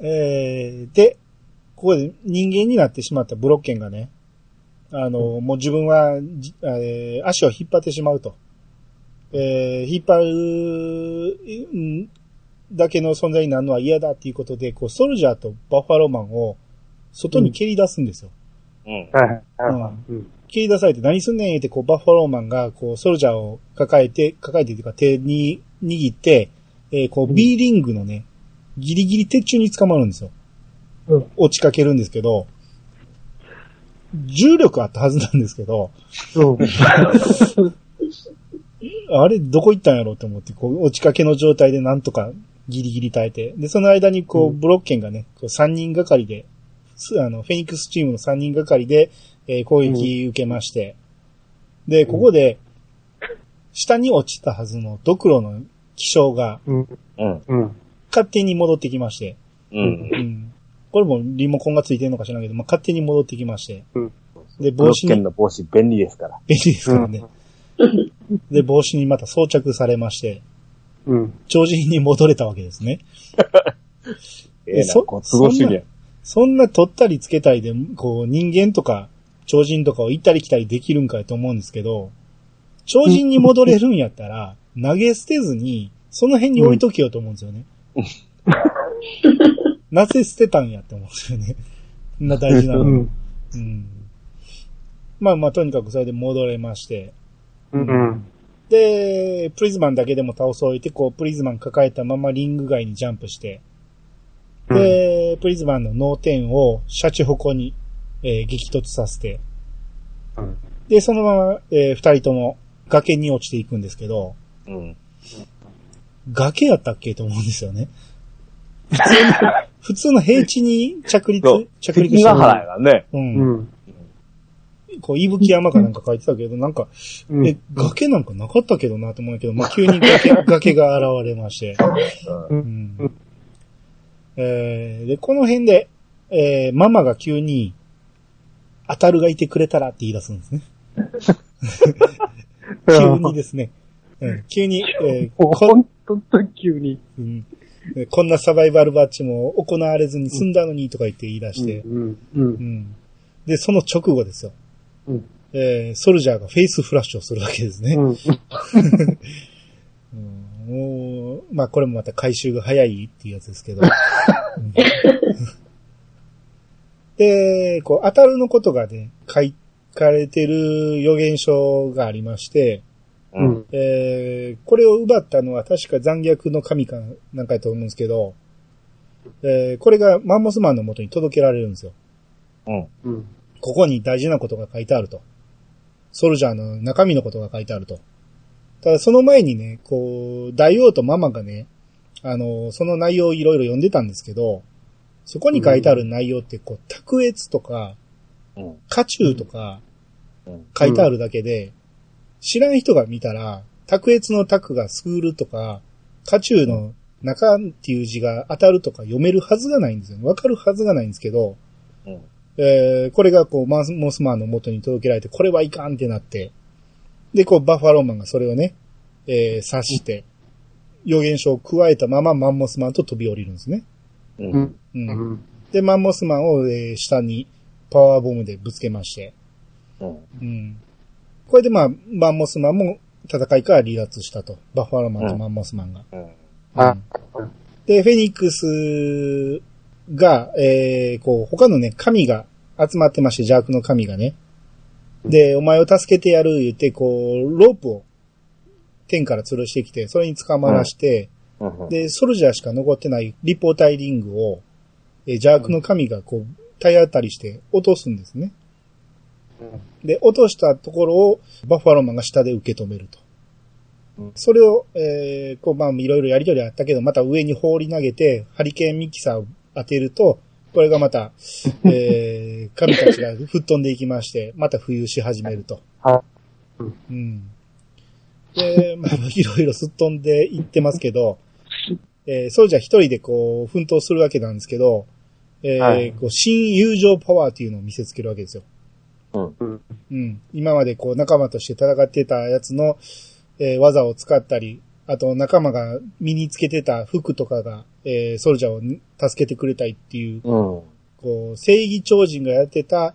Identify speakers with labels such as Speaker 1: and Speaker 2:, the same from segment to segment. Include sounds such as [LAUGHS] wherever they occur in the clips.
Speaker 1: えー、で、ここで人間になってしまったブロッケンがね、あの、もう自分は、じえー足を引っ張ってしまうと。えー引っ張るうん、だけの存在になるのは嫌だっていうことで、こう、ソルジャーとバッファローマンを外に蹴り出すんですよ。
Speaker 2: うん。
Speaker 3: はいはい。
Speaker 1: う
Speaker 3: は
Speaker 1: ん
Speaker 3: いうん。
Speaker 1: 蹴り出されて何すんねん言って、こう、バッファローマンが、こう、ソルジャーを抱えて、抱えてというか手に握って、えーこう、B リングのね、ギリギリ鉄柱に捕まるんですよ。
Speaker 3: うん
Speaker 1: 落ちかけるんですけど、重力あったはずなんですけど、
Speaker 3: そう。
Speaker 1: あれ、どこ行ったんやろうと思って、こう、落ちかけの状態でなんとかギリギリ耐えて、で、その間にこ
Speaker 3: う
Speaker 1: う、
Speaker 3: ん
Speaker 1: ブロッケンがね、こう、3人がかりで、すあの、フェニックスチームの3人がかりで、えー攻撃受けまして、で、ここで、下に落ちたはずのドクロの気象が
Speaker 3: うん。
Speaker 2: うん。
Speaker 3: うん。
Speaker 1: 勝手に戻ってきまして、
Speaker 2: うん。
Speaker 1: うん。これもリモコンがついてるのか知らんけど、まあ、勝手に戻ってきまして
Speaker 3: うん、
Speaker 1: で、
Speaker 2: ブロ
Speaker 1: 帽子
Speaker 2: ッケン
Speaker 1: に、
Speaker 2: の帽子便利ですから。
Speaker 1: 便利ですからね。で、帽子にまた装着されまして、
Speaker 3: うん。
Speaker 1: 超人に戻れたわけですね。
Speaker 2: ええな、
Speaker 1: そ
Speaker 2: こう、都合主義や。
Speaker 1: そんな取ったりつけたりで、こう人間とか超人とかを行ったり来たりできるんかいと思うんですけど、超人に戻れるんやったら、投げ捨てずに、その辺に置いとけよと思うんですよね。なぜ捨てたんやって思うんですよね。そんな大事な
Speaker 3: う
Speaker 1: の。
Speaker 3: ん。
Speaker 1: うん。まあまあ、とにかくそれで戻れまして。
Speaker 3: うん。
Speaker 1: で、プリズマンだけでも倒そういて、こう、プリズマン抱えたままリング外にジャンプして、で、プリズマンの脳天をシャチホコに、えー激突させて、
Speaker 3: うん
Speaker 1: で、そのまま、えー二人とも崖に落ちていくんですけど、
Speaker 2: うん。
Speaker 1: 崖やったっけと思うんですよね。普通の、普通の平地に着
Speaker 2: そう
Speaker 1: 陸、着陸
Speaker 2: 関
Speaker 1: し
Speaker 2: ヶ
Speaker 1: た。
Speaker 2: 原やからね。
Speaker 1: う。
Speaker 3: うんん。
Speaker 1: こう、伊吹山かなんか書いてたけど、なんか、
Speaker 3: うん。
Speaker 1: え、崖なんかなかったけどなと思うけど、まあ、急に
Speaker 3: [LAUGHS]
Speaker 1: 崖、崖が現れまして。うん
Speaker 3: うん
Speaker 1: えーで、この辺で、えーママが急に、当たるがいてくれたらって言い出すんですね。急にですね。うん急に、えーこ
Speaker 3: 本当と急に。
Speaker 1: うんえーこんなサバイバルバッチも行われずに済んだのにとか言って言い出して、
Speaker 3: うん。う
Speaker 1: う
Speaker 3: ん。
Speaker 1: んで、その直後ですよ。
Speaker 3: うん
Speaker 1: えーソルジャーがフェイスフラッシュをするわけですね。
Speaker 3: う
Speaker 1: う
Speaker 3: ん。
Speaker 1: んもう、まあこれもまた回収が早いっていうやつですけど。うんで、こう、当たるのことがね、書かれてる予言書がありまして、
Speaker 2: う。
Speaker 3: うんん。
Speaker 1: えーこれを奪ったのは確か残虐の神かなんかやと思うんですけど、えーこれがマンモスマンの元に届けられるんですよ。
Speaker 2: うん。
Speaker 3: うん。
Speaker 1: ここに大事なことが書いてあると。ソルジャーの中身のことが書いてあると。ただその前にね、こう、大王とママがね、あの、その内容をいろいろ読んでたんですけど、そこに書いてある内容って、こう、卓越とか、
Speaker 2: うん。
Speaker 1: 家中とか
Speaker 2: うん、
Speaker 1: 書いてあるだけで、知らん人が見たら、卓越の卓がスクールとか、家中の中っていう字が当たるとか読めるはずがないんですよね。わかるはずがないんですけど、
Speaker 2: うん。
Speaker 1: えーこれがこう、マンモスマンの元に届けられて、これはいかんってなって、で、こう、バッファローマンがそれをね、えー刺して、予言書を加えたままマンモスマンと飛び降りるんですね。
Speaker 2: うん。
Speaker 3: う
Speaker 2: うん
Speaker 3: ん。
Speaker 1: う。
Speaker 3: うんん。
Speaker 1: で、マンモスマンを、えー下にパワーボムでぶつけまして、うん。これでまあ、マンモスマンも戦いから離脱したと。バッファローマンとマンモスマンが。
Speaker 2: うん。
Speaker 3: あ
Speaker 1: で、フェニックスが、えー、こう、他のね、神が集まってまして、邪悪の神がね。で、お前を助けてやる言って、こう、ロープを天から吊るしてきて、それに捕まらして、
Speaker 2: うん。
Speaker 1: で、ソルジャーしか残ってない立方体リングを、えー邪悪の神がこう、体当たりして落とすんですね。で、落としたところをバッファローマンが下で受け止めると
Speaker 2: うん。
Speaker 1: それを、えー、こう、まあ、いろいろやりとりあったけど、また上に放り投げて、ハリケーンミキサーを当てると、これがま
Speaker 3: [LAUGHS]
Speaker 1: た、えー、神たちが吹っ飛んでいきまして、また浮遊し始めると。
Speaker 3: は
Speaker 1: うん。で、まあ、いろいろすっ飛んでいってますけど、えー、そうじゃ一人でこう、奮闘するわけなんですけど、えー
Speaker 3: はい
Speaker 1: こう、新友情パワーっていうのを見せつけるわけですよ。
Speaker 3: うん。
Speaker 1: うん。今までこう仲間として戦ってたやつの、えー技を使ったり、あと仲間が身につけてた服とかがえーソルジャーを助けてくれたいって
Speaker 2: う
Speaker 1: いう、
Speaker 2: ん。
Speaker 1: こう、正義超人がやってた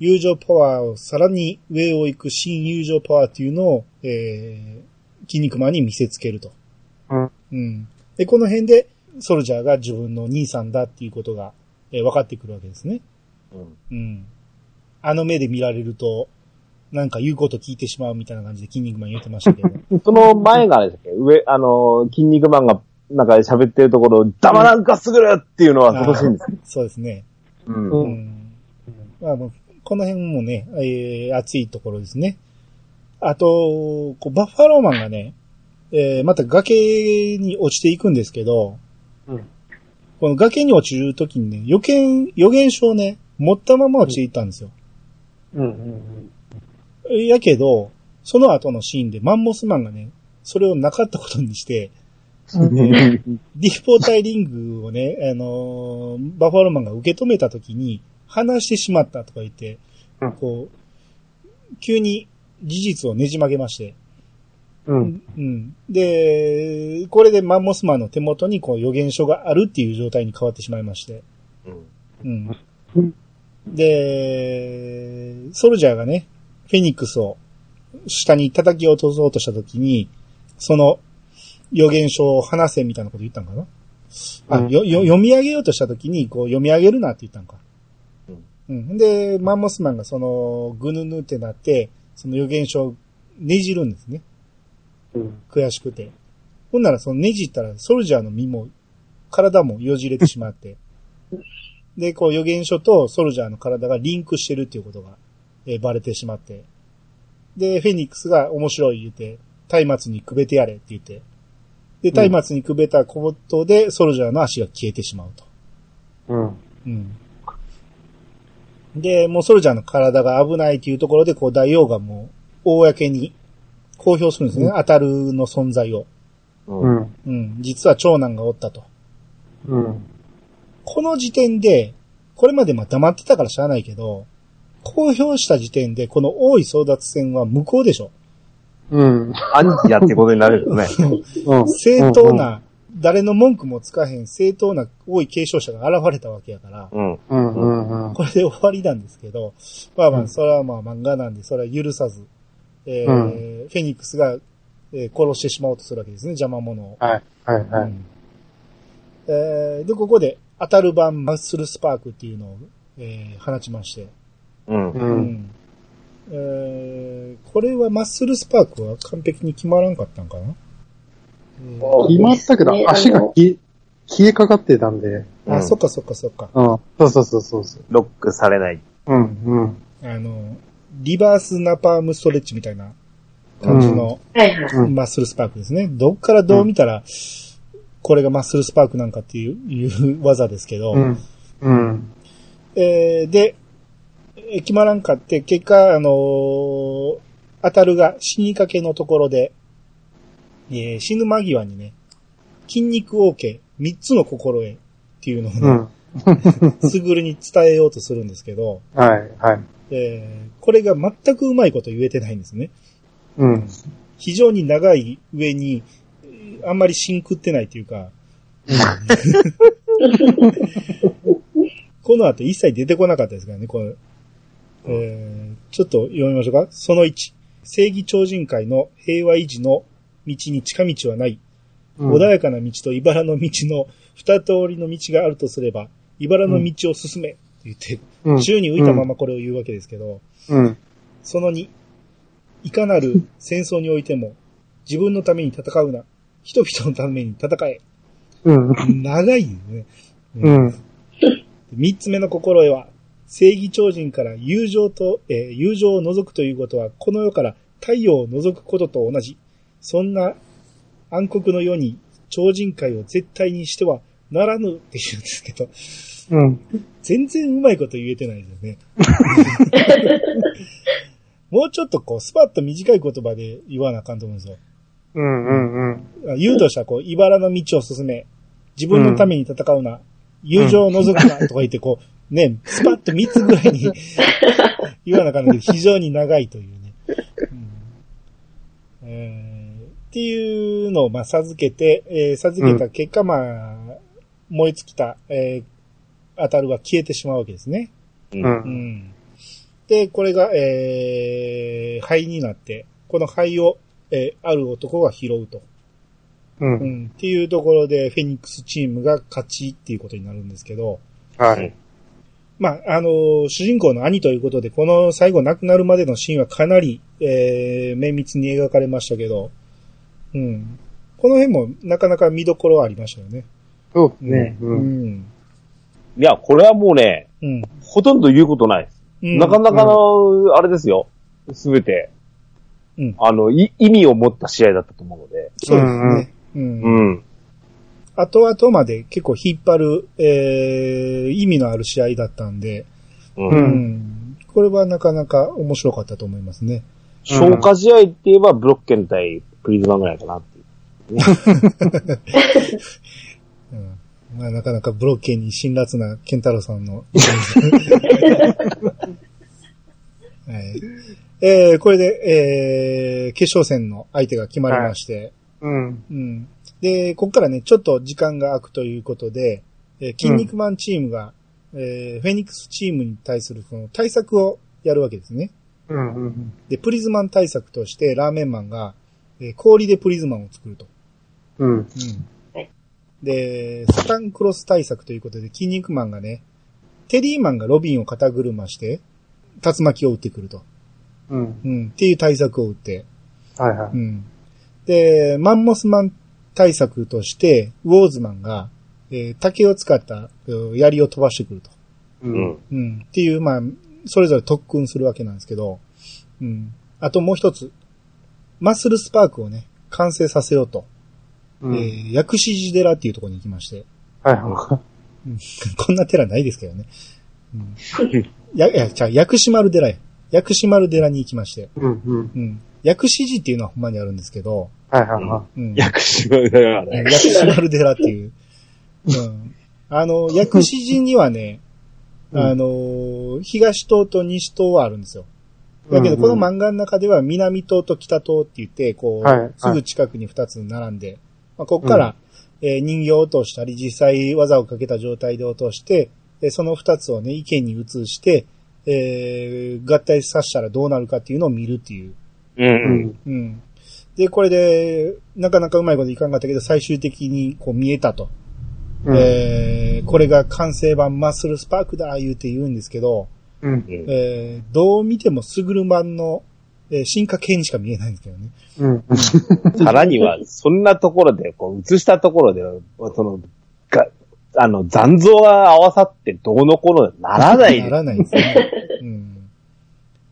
Speaker 1: 友情パワーをさらに上を行く新友情パワーっていうのを、えー、筋肉マンに見せつけると。
Speaker 3: うん。
Speaker 1: うん。で、この辺で、ソルジャーが自分の兄さんだっていうことが、えー分かってくるわけですね。
Speaker 2: うん。
Speaker 1: うん。あの目で見られると、なんか言うこと聞いてしまうみたいな感じで筋肉マン言ってま
Speaker 3: [LAUGHS]
Speaker 1: したけど。
Speaker 2: その前があれですっけ上、あのー、筋肉マンが、なんか喋ってるところ、黙らんかすぐるっていうのはそのシーンです。
Speaker 1: そうですね。
Speaker 2: うん
Speaker 3: う
Speaker 1: うんん。まあ、もうこの辺もね、えー、熱いところですね。あと、こうバッファローマンがね、えー、また崖に落ちていくんですけど、
Speaker 3: うん
Speaker 1: この崖に落ちるときにね、予見、予言書をね、持ったまま落ちていったんですよ。
Speaker 3: うん。
Speaker 1: やけど、その後のシーンでマンモスマンがね、それをなかったことにして、立方体リングをね、あのーバファローマンが受け止めたときに、離してしまったとか言って
Speaker 3: うん、
Speaker 1: こう、急に事実をねじ曲げまして、
Speaker 3: うん。
Speaker 1: うん。で、これでマンモスマンの手元にこう予言書があるっていう状態に変わってしまいまして、
Speaker 2: うん
Speaker 1: うん
Speaker 3: うん。
Speaker 1: で、ソルジャーがね、フェニックスを下に叩き落とそうとしたときに、その予言書を話せみたいなこと言ったんかな、
Speaker 3: うん
Speaker 1: あよよ読み上げようとしたときに、こう読み上げるなって言ったんか。
Speaker 2: うん
Speaker 1: うん。で、マンモスマンがその、ぐぬぬってなって、その予言書をねじるんですね。
Speaker 3: うん。
Speaker 1: 悔しくて。ほんならそのねじったらソルジャーの身も、体もよじれてしまって。で、こう予言書とソルジャーの体がリンクしてるっていうことが、えーバレてしまって。で、フェニックスが面白い言うて、松明にくべてやれって言って。で、松明にくべたことでソルジャーの足が消えてしまうと。
Speaker 3: うん。
Speaker 1: うん。で、もうソルジャーの体が危ないというところで、こう、大王がもう、公に公表するんですね。当たるの存在を。
Speaker 2: う。
Speaker 3: うんん。
Speaker 1: うん。実は長男がおったと。
Speaker 3: うん。
Speaker 1: この時点で、これまでまあ黙ってたからしゃあないけど、公表した時点で、この大井争奪戦は無効でしょ。
Speaker 3: うん。
Speaker 2: アンチだってことになるよね。
Speaker 1: 正当。な、誰の文句もつかへん正当な大井継承者が現れたわけやから、
Speaker 2: うん。
Speaker 3: うん。うん。うん。
Speaker 1: これで終わりなんですけど、まあま
Speaker 3: う
Speaker 1: あ、
Speaker 3: ん
Speaker 1: それはまあ漫画なんで、それは許さず、えー
Speaker 3: うん
Speaker 1: フェニックスが、えー殺してしまおうとするわけですね、邪魔者を。
Speaker 3: はい。はい。は
Speaker 1: う
Speaker 3: い。
Speaker 1: んえーで、ここで、当たる版マッスルスパークっていうのを、えー放ちまして、
Speaker 2: うん。
Speaker 3: う。
Speaker 1: うんんえーこれはマッスルスパークは完璧に決まらんかったんかな、うん
Speaker 3: 決まったけど、足が消え、消えかかってたんで。
Speaker 1: あ、そっかそっかそっか。
Speaker 3: うん。そうそうそうそうそう。
Speaker 2: ロックされない。
Speaker 3: うん。うん。
Speaker 1: あの、リバースナパームストレッチみたいな感じの、
Speaker 4: はいはい。
Speaker 3: うん。
Speaker 1: マッスルスパークですね。どっからどう見たら、これがマッスルスパークなんかっていういう技ですけど、
Speaker 3: うん。うん。
Speaker 1: えーで、えー決まらんかって、結果、あのー当たるが死にかけのところで、えー死ぬ間際にね、筋肉王家、三つの心得っていうの
Speaker 3: う
Speaker 1: をね、
Speaker 3: ん。
Speaker 1: すぐるに伝えようとするんですけど、
Speaker 3: はい。はい。
Speaker 1: えーこれが全くうまいこと言えてないんですね。
Speaker 3: うん。
Speaker 1: 非常に長い上に、えーあんまりシンクってないという
Speaker 3: [LAUGHS]
Speaker 1: か、この後一切出てこなかったですからね、これ。えー、ちょっと読みましょうか。その1、正義超人会の平和維持の道に近道はない。
Speaker 3: 嗯
Speaker 1: 穏やかな道と茨の道の二通りの道があるとすれば、茨の道を進め、って言って、
Speaker 3: うん。
Speaker 1: 宙に浮いたままこれを言うわけですけど、
Speaker 3: うん。
Speaker 1: その2、いかなる戦争においても、自分のために戦うな。人々のために戦え。
Speaker 3: うん。
Speaker 1: 長いよね。
Speaker 3: うん。
Speaker 1: 三つ目の心得は、正義超人から友情と、えー友情を除くということは、この世から太陽を除くことと同じ。そんな暗黒の世に超人会を絶対にしてはならぬって言うんですけど、
Speaker 3: うん。
Speaker 1: 全然うまいこと言えてないですよね。もうちょっとこう、スパッと短い言葉で言わなあかんと思うんですよ。
Speaker 3: うん。うん。
Speaker 1: あ言うとしたらこう、茨の道を進め、自分のために戦うな、友情を除くな、とか言ってこう、ね、スパッと3つぐらいに言わなあかんので、非常に長いというね。うんえーっていうのを、まあ、授けて、えー授けた結果、まあ、燃え尽きた、えー、当たるが消えてしまうわけですね。
Speaker 3: う。
Speaker 1: うんん。で、これが、えー、灰になって、この灰を、えー、ある男が拾うと。う
Speaker 3: う。
Speaker 1: んん。っていうところで、フェニックスチームが勝ちっていうことになるんですけど、
Speaker 3: はい。
Speaker 1: まあ、あのー主人公の兄ということで、この最後亡くなるまでのシーンはかなり、えー、綿密に描かれましたけど、うん。この辺もなかなか見どころはありましたよね。
Speaker 3: そうですね。うん。
Speaker 1: うん。
Speaker 2: いや、これはもうね、
Speaker 1: うん。
Speaker 2: ほとんど言うことないです。
Speaker 1: うん
Speaker 2: なかなかの、あれですよ。すべて。
Speaker 1: うん
Speaker 2: あの、い意味を持った試合だったと思うので。
Speaker 1: そうですね。うん
Speaker 2: うん。
Speaker 1: 後々まで結構引っ張る、えー、意味のある試合だったんで、
Speaker 2: うん
Speaker 3: うん
Speaker 1: うんこれはなかなか面白かったと思いますね。
Speaker 2: 消化試合って言えば、ブロッケン対プリズマぐらいかなっていう。
Speaker 1: うんまあ、なかなかブロッケンに辛辣なケンタロウさんの。はいえーこれで、えー決勝戦の相手が決まりまして、
Speaker 3: うん。
Speaker 1: うん。で、ここからね、ちょっと時間が空くということで、えー筋肉マンチームが、えーフェニックスチームに対するその対策をやるわけですね。
Speaker 3: うん。うん。
Speaker 1: で、プリズマン対策として、ラーメンマンが、えー氷でプリズマンを作ると。
Speaker 3: うん。
Speaker 1: うん。で、スタンクロス対策ということで、筋肉マンがね、テリーマンがロビンを肩車して、竜巻を撃ってくると。
Speaker 3: うん。
Speaker 1: うん。っていう対策を打って。
Speaker 3: はいは
Speaker 1: う
Speaker 3: い。
Speaker 1: ん。で、マンモスマン対策として、ウォーズマンが、えー竹を使ったえー槍を飛ばしてくると。
Speaker 3: う。
Speaker 2: うん [LAUGHS]
Speaker 4: 嗯
Speaker 2: ん。
Speaker 1: うん。っていう、まあ、それぞれ特訓するわけなんですけど、うん。あともう一つ、マッスルスパークをね、完成させようと、
Speaker 3: うん。
Speaker 1: えー薬師寺寺っていうところに行きまして、
Speaker 3: はいは
Speaker 1: [LAUGHS] こんな寺ないですけどね。うん、や、いや、じゃあ薬師丸寺や。薬師丸寺に行きまして、
Speaker 3: い。うん。うん。
Speaker 1: うん。薬師寺っていうのはほんまにあるんですけど、
Speaker 3: はいはいは
Speaker 1: うん。
Speaker 2: 薬師丸だからね。
Speaker 1: 薬師丸寺っていう。うん。あの、薬師寺にはね、
Speaker 3: うん
Speaker 1: あの、東島と西島はあるんですよ。
Speaker 3: い。
Speaker 1: だけど、この
Speaker 3: ま
Speaker 1: 漫画の中では南島と北島って言って、こう、
Speaker 3: はいはい
Speaker 1: すぐ近くに2つ並んで、まあ、ここから、えー人形を落としたり、実際技をかけた状態で落として、でその2つをね、意見に移して、えー合体させたらどうなるかっていうのを見るっていう。
Speaker 2: う。
Speaker 3: うんん。
Speaker 1: うん。で、これで、なかなかうまいこといかんかったけど、最終的にこう見えたと。嗯
Speaker 3: うん。
Speaker 1: えーこれが完成版マッスルスパークだ、言うて言うんですけど、
Speaker 3: うん。
Speaker 2: うん。
Speaker 1: えーどう見てもスグル版の、えー進化系にしか見えないんですけどね。
Speaker 3: うん。
Speaker 2: さらには、そんなところで、こう、映したところで、その、が、あの、残像が合わさってどうのこうのならない
Speaker 1: な
Speaker 2: で。
Speaker 1: らないですね。うん。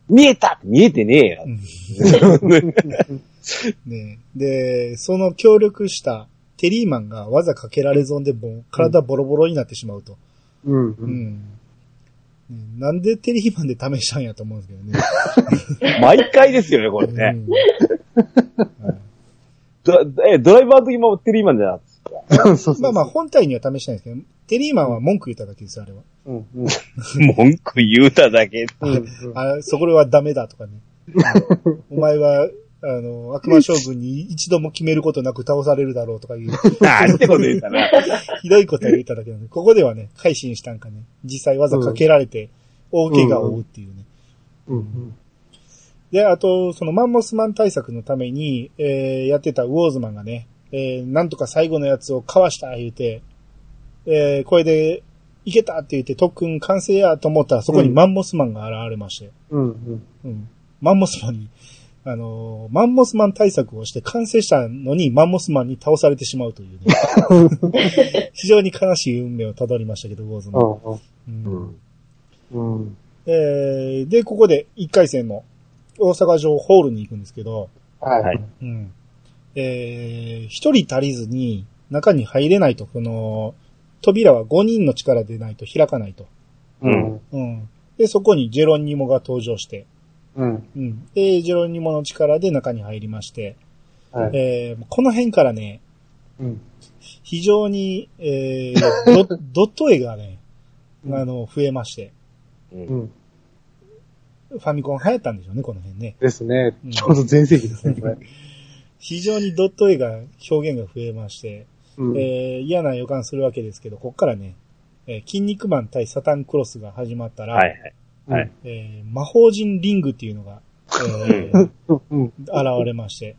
Speaker 2: 見えた見えてねえよ
Speaker 1: う。んねで、その協力したテリーマンが技かけられ損でもう体ボロボロになってしまうと。
Speaker 3: う。
Speaker 1: うん [LAUGHS] ん。ねなんでテリーマンで試したんやと思うんですけどね。
Speaker 2: 毎回ですよね、これ
Speaker 4: [LAUGHS]
Speaker 2: ね。
Speaker 1: うんはい
Speaker 2: ドえ、ドライバーの時もテリーマンじゃなかったですか
Speaker 3: そうそう。
Speaker 1: まあまあ本体には試してないですけど、テリーマンは文句言っただけですよ、あれは。
Speaker 3: うん。うん。
Speaker 2: 文句言うただけ。
Speaker 3: 嗯うん。
Speaker 1: あそこはダメだとかね。お前は、あの、悪魔将軍に一度も決めることなく倒されるだろうとかいう、
Speaker 2: なんてこと言ったな。
Speaker 1: ひどいことを言っただけなんで、ここではね、改心したんかね。実際技かけられて、大怪我を負うっていうね。
Speaker 3: うん。
Speaker 1: で、あと、そのマンモスマン対策のために、えー、やってたウォーズマンがね、えー、なんとか最後のやつをかわした、言うて、えー、これで、いけたって言って特訓完成やと思ったら、そこにマンモスマンが現れまして、
Speaker 3: うん。
Speaker 1: うん。マンモスマンに、あのーマンモスマン対策をして完成したのにマンモスマンに倒されてしまうというね。 [LAUGHS] 非常に悲しい運命をたどりましたけど、ウォーズ
Speaker 3: 哦
Speaker 1: マン。うん
Speaker 3: うん。
Speaker 1: えーで、ここで1回戦の大阪城ホールに行くんですけど、
Speaker 3: はい。
Speaker 1: うん。えー、1人足りずに中に入れないと、この、扉は5人の力でないと開かないと。
Speaker 3: うん。
Speaker 1: うん。で、そこにジェロニモが登場して、
Speaker 3: うん。
Speaker 1: うん。で、ジェロニモの力で中に入りまして、
Speaker 3: はい。
Speaker 1: えーこの辺からね、
Speaker 3: うん。
Speaker 1: 非常に、えー、ドドッ [LAUGHS] ト絵がね、
Speaker 3: うん
Speaker 1: あの、増えまして、
Speaker 2: うん
Speaker 3: うん。
Speaker 1: ファミコン流行ったんでしょうね、この辺ね。
Speaker 3: ですね
Speaker 1: うん。
Speaker 3: [LAUGHS] ちょうど全盛期ですね、これ。
Speaker 1: 非常にドット絵が、表現が増えまして、
Speaker 2: うん
Speaker 1: えー嫌な予感するわけですけど、こっからね、えー筋肉マン対サタンクロスが始まったら、
Speaker 2: はいはい。はい
Speaker 1: えー魔法人リングっていうのが、えー
Speaker 3: うん。
Speaker 1: 現れまして、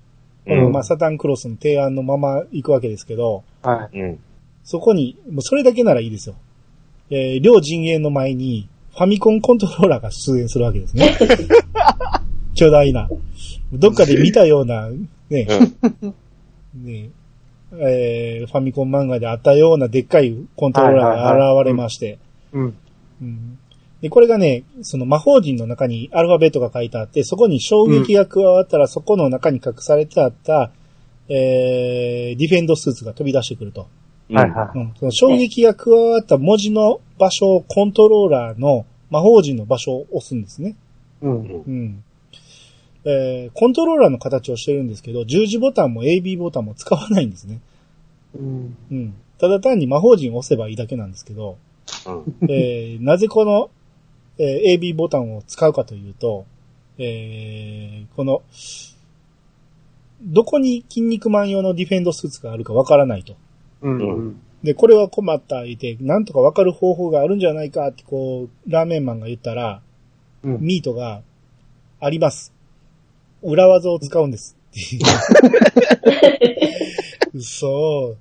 Speaker 2: う
Speaker 1: この
Speaker 2: ん
Speaker 1: まあサタンクロスの提案のまま行くわけですけど、
Speaker 3: は
Speaker 2: うん。
Speaker 1: そこに、もうそれだけならいいですよ。えー両陣営の前に、ファミコンコントローラーが出演するわけです [LAUGHS] ね。巨大な。どっかで見たような、ね、ねえーファミコン漫画であったようなでっかいコントローラーが現れまして。
Speaker 3: い。うん。
Speaker 1: うんで、これがね、その魔法陣の中にアルファベットが書いてあって、そこに衝撃が加わったら、そこの中に隠されてあった、えーディフェンドスーツが飛び出してくると。
Speaker 2: うん
Speaker 3: はいは
Speaker 1: う
Speaker 3: い。
Speaker 1: ん、その衝撃が加わった文字の場所をコントローラーの魔法陣の場所を押すんですね。
Speaker 3: うん。
Speaker 1: うん。えーコントローラーの形をしてるんですけど、十字ボタンも AB ボタンも使わないんですね。
Speaker 3: うん。
Speaker 1: うん。ただ単に魔法陣を押せばいいだけなんですけど、
Speaker 2: うん
Speaker 1: えーなぜこの、えー AB ボタンを使うかというと、えーこの、どこに筋肉マン用のディフェンドスーツがあるかわからないと。
Speaker 3: うん。
Speaker 2: う
Speaker 3: うん。
Speaker 1: で、これは困った相手、なんとかわかる方法があるんじゃないかって、こう、ラーメンマンが言ったら、
Speaker 3: うん。
Speaker 1: ミートが、あります。裏技を使うん
Speaker 3: [LAUGHS]
Speaker 1: です。嘘。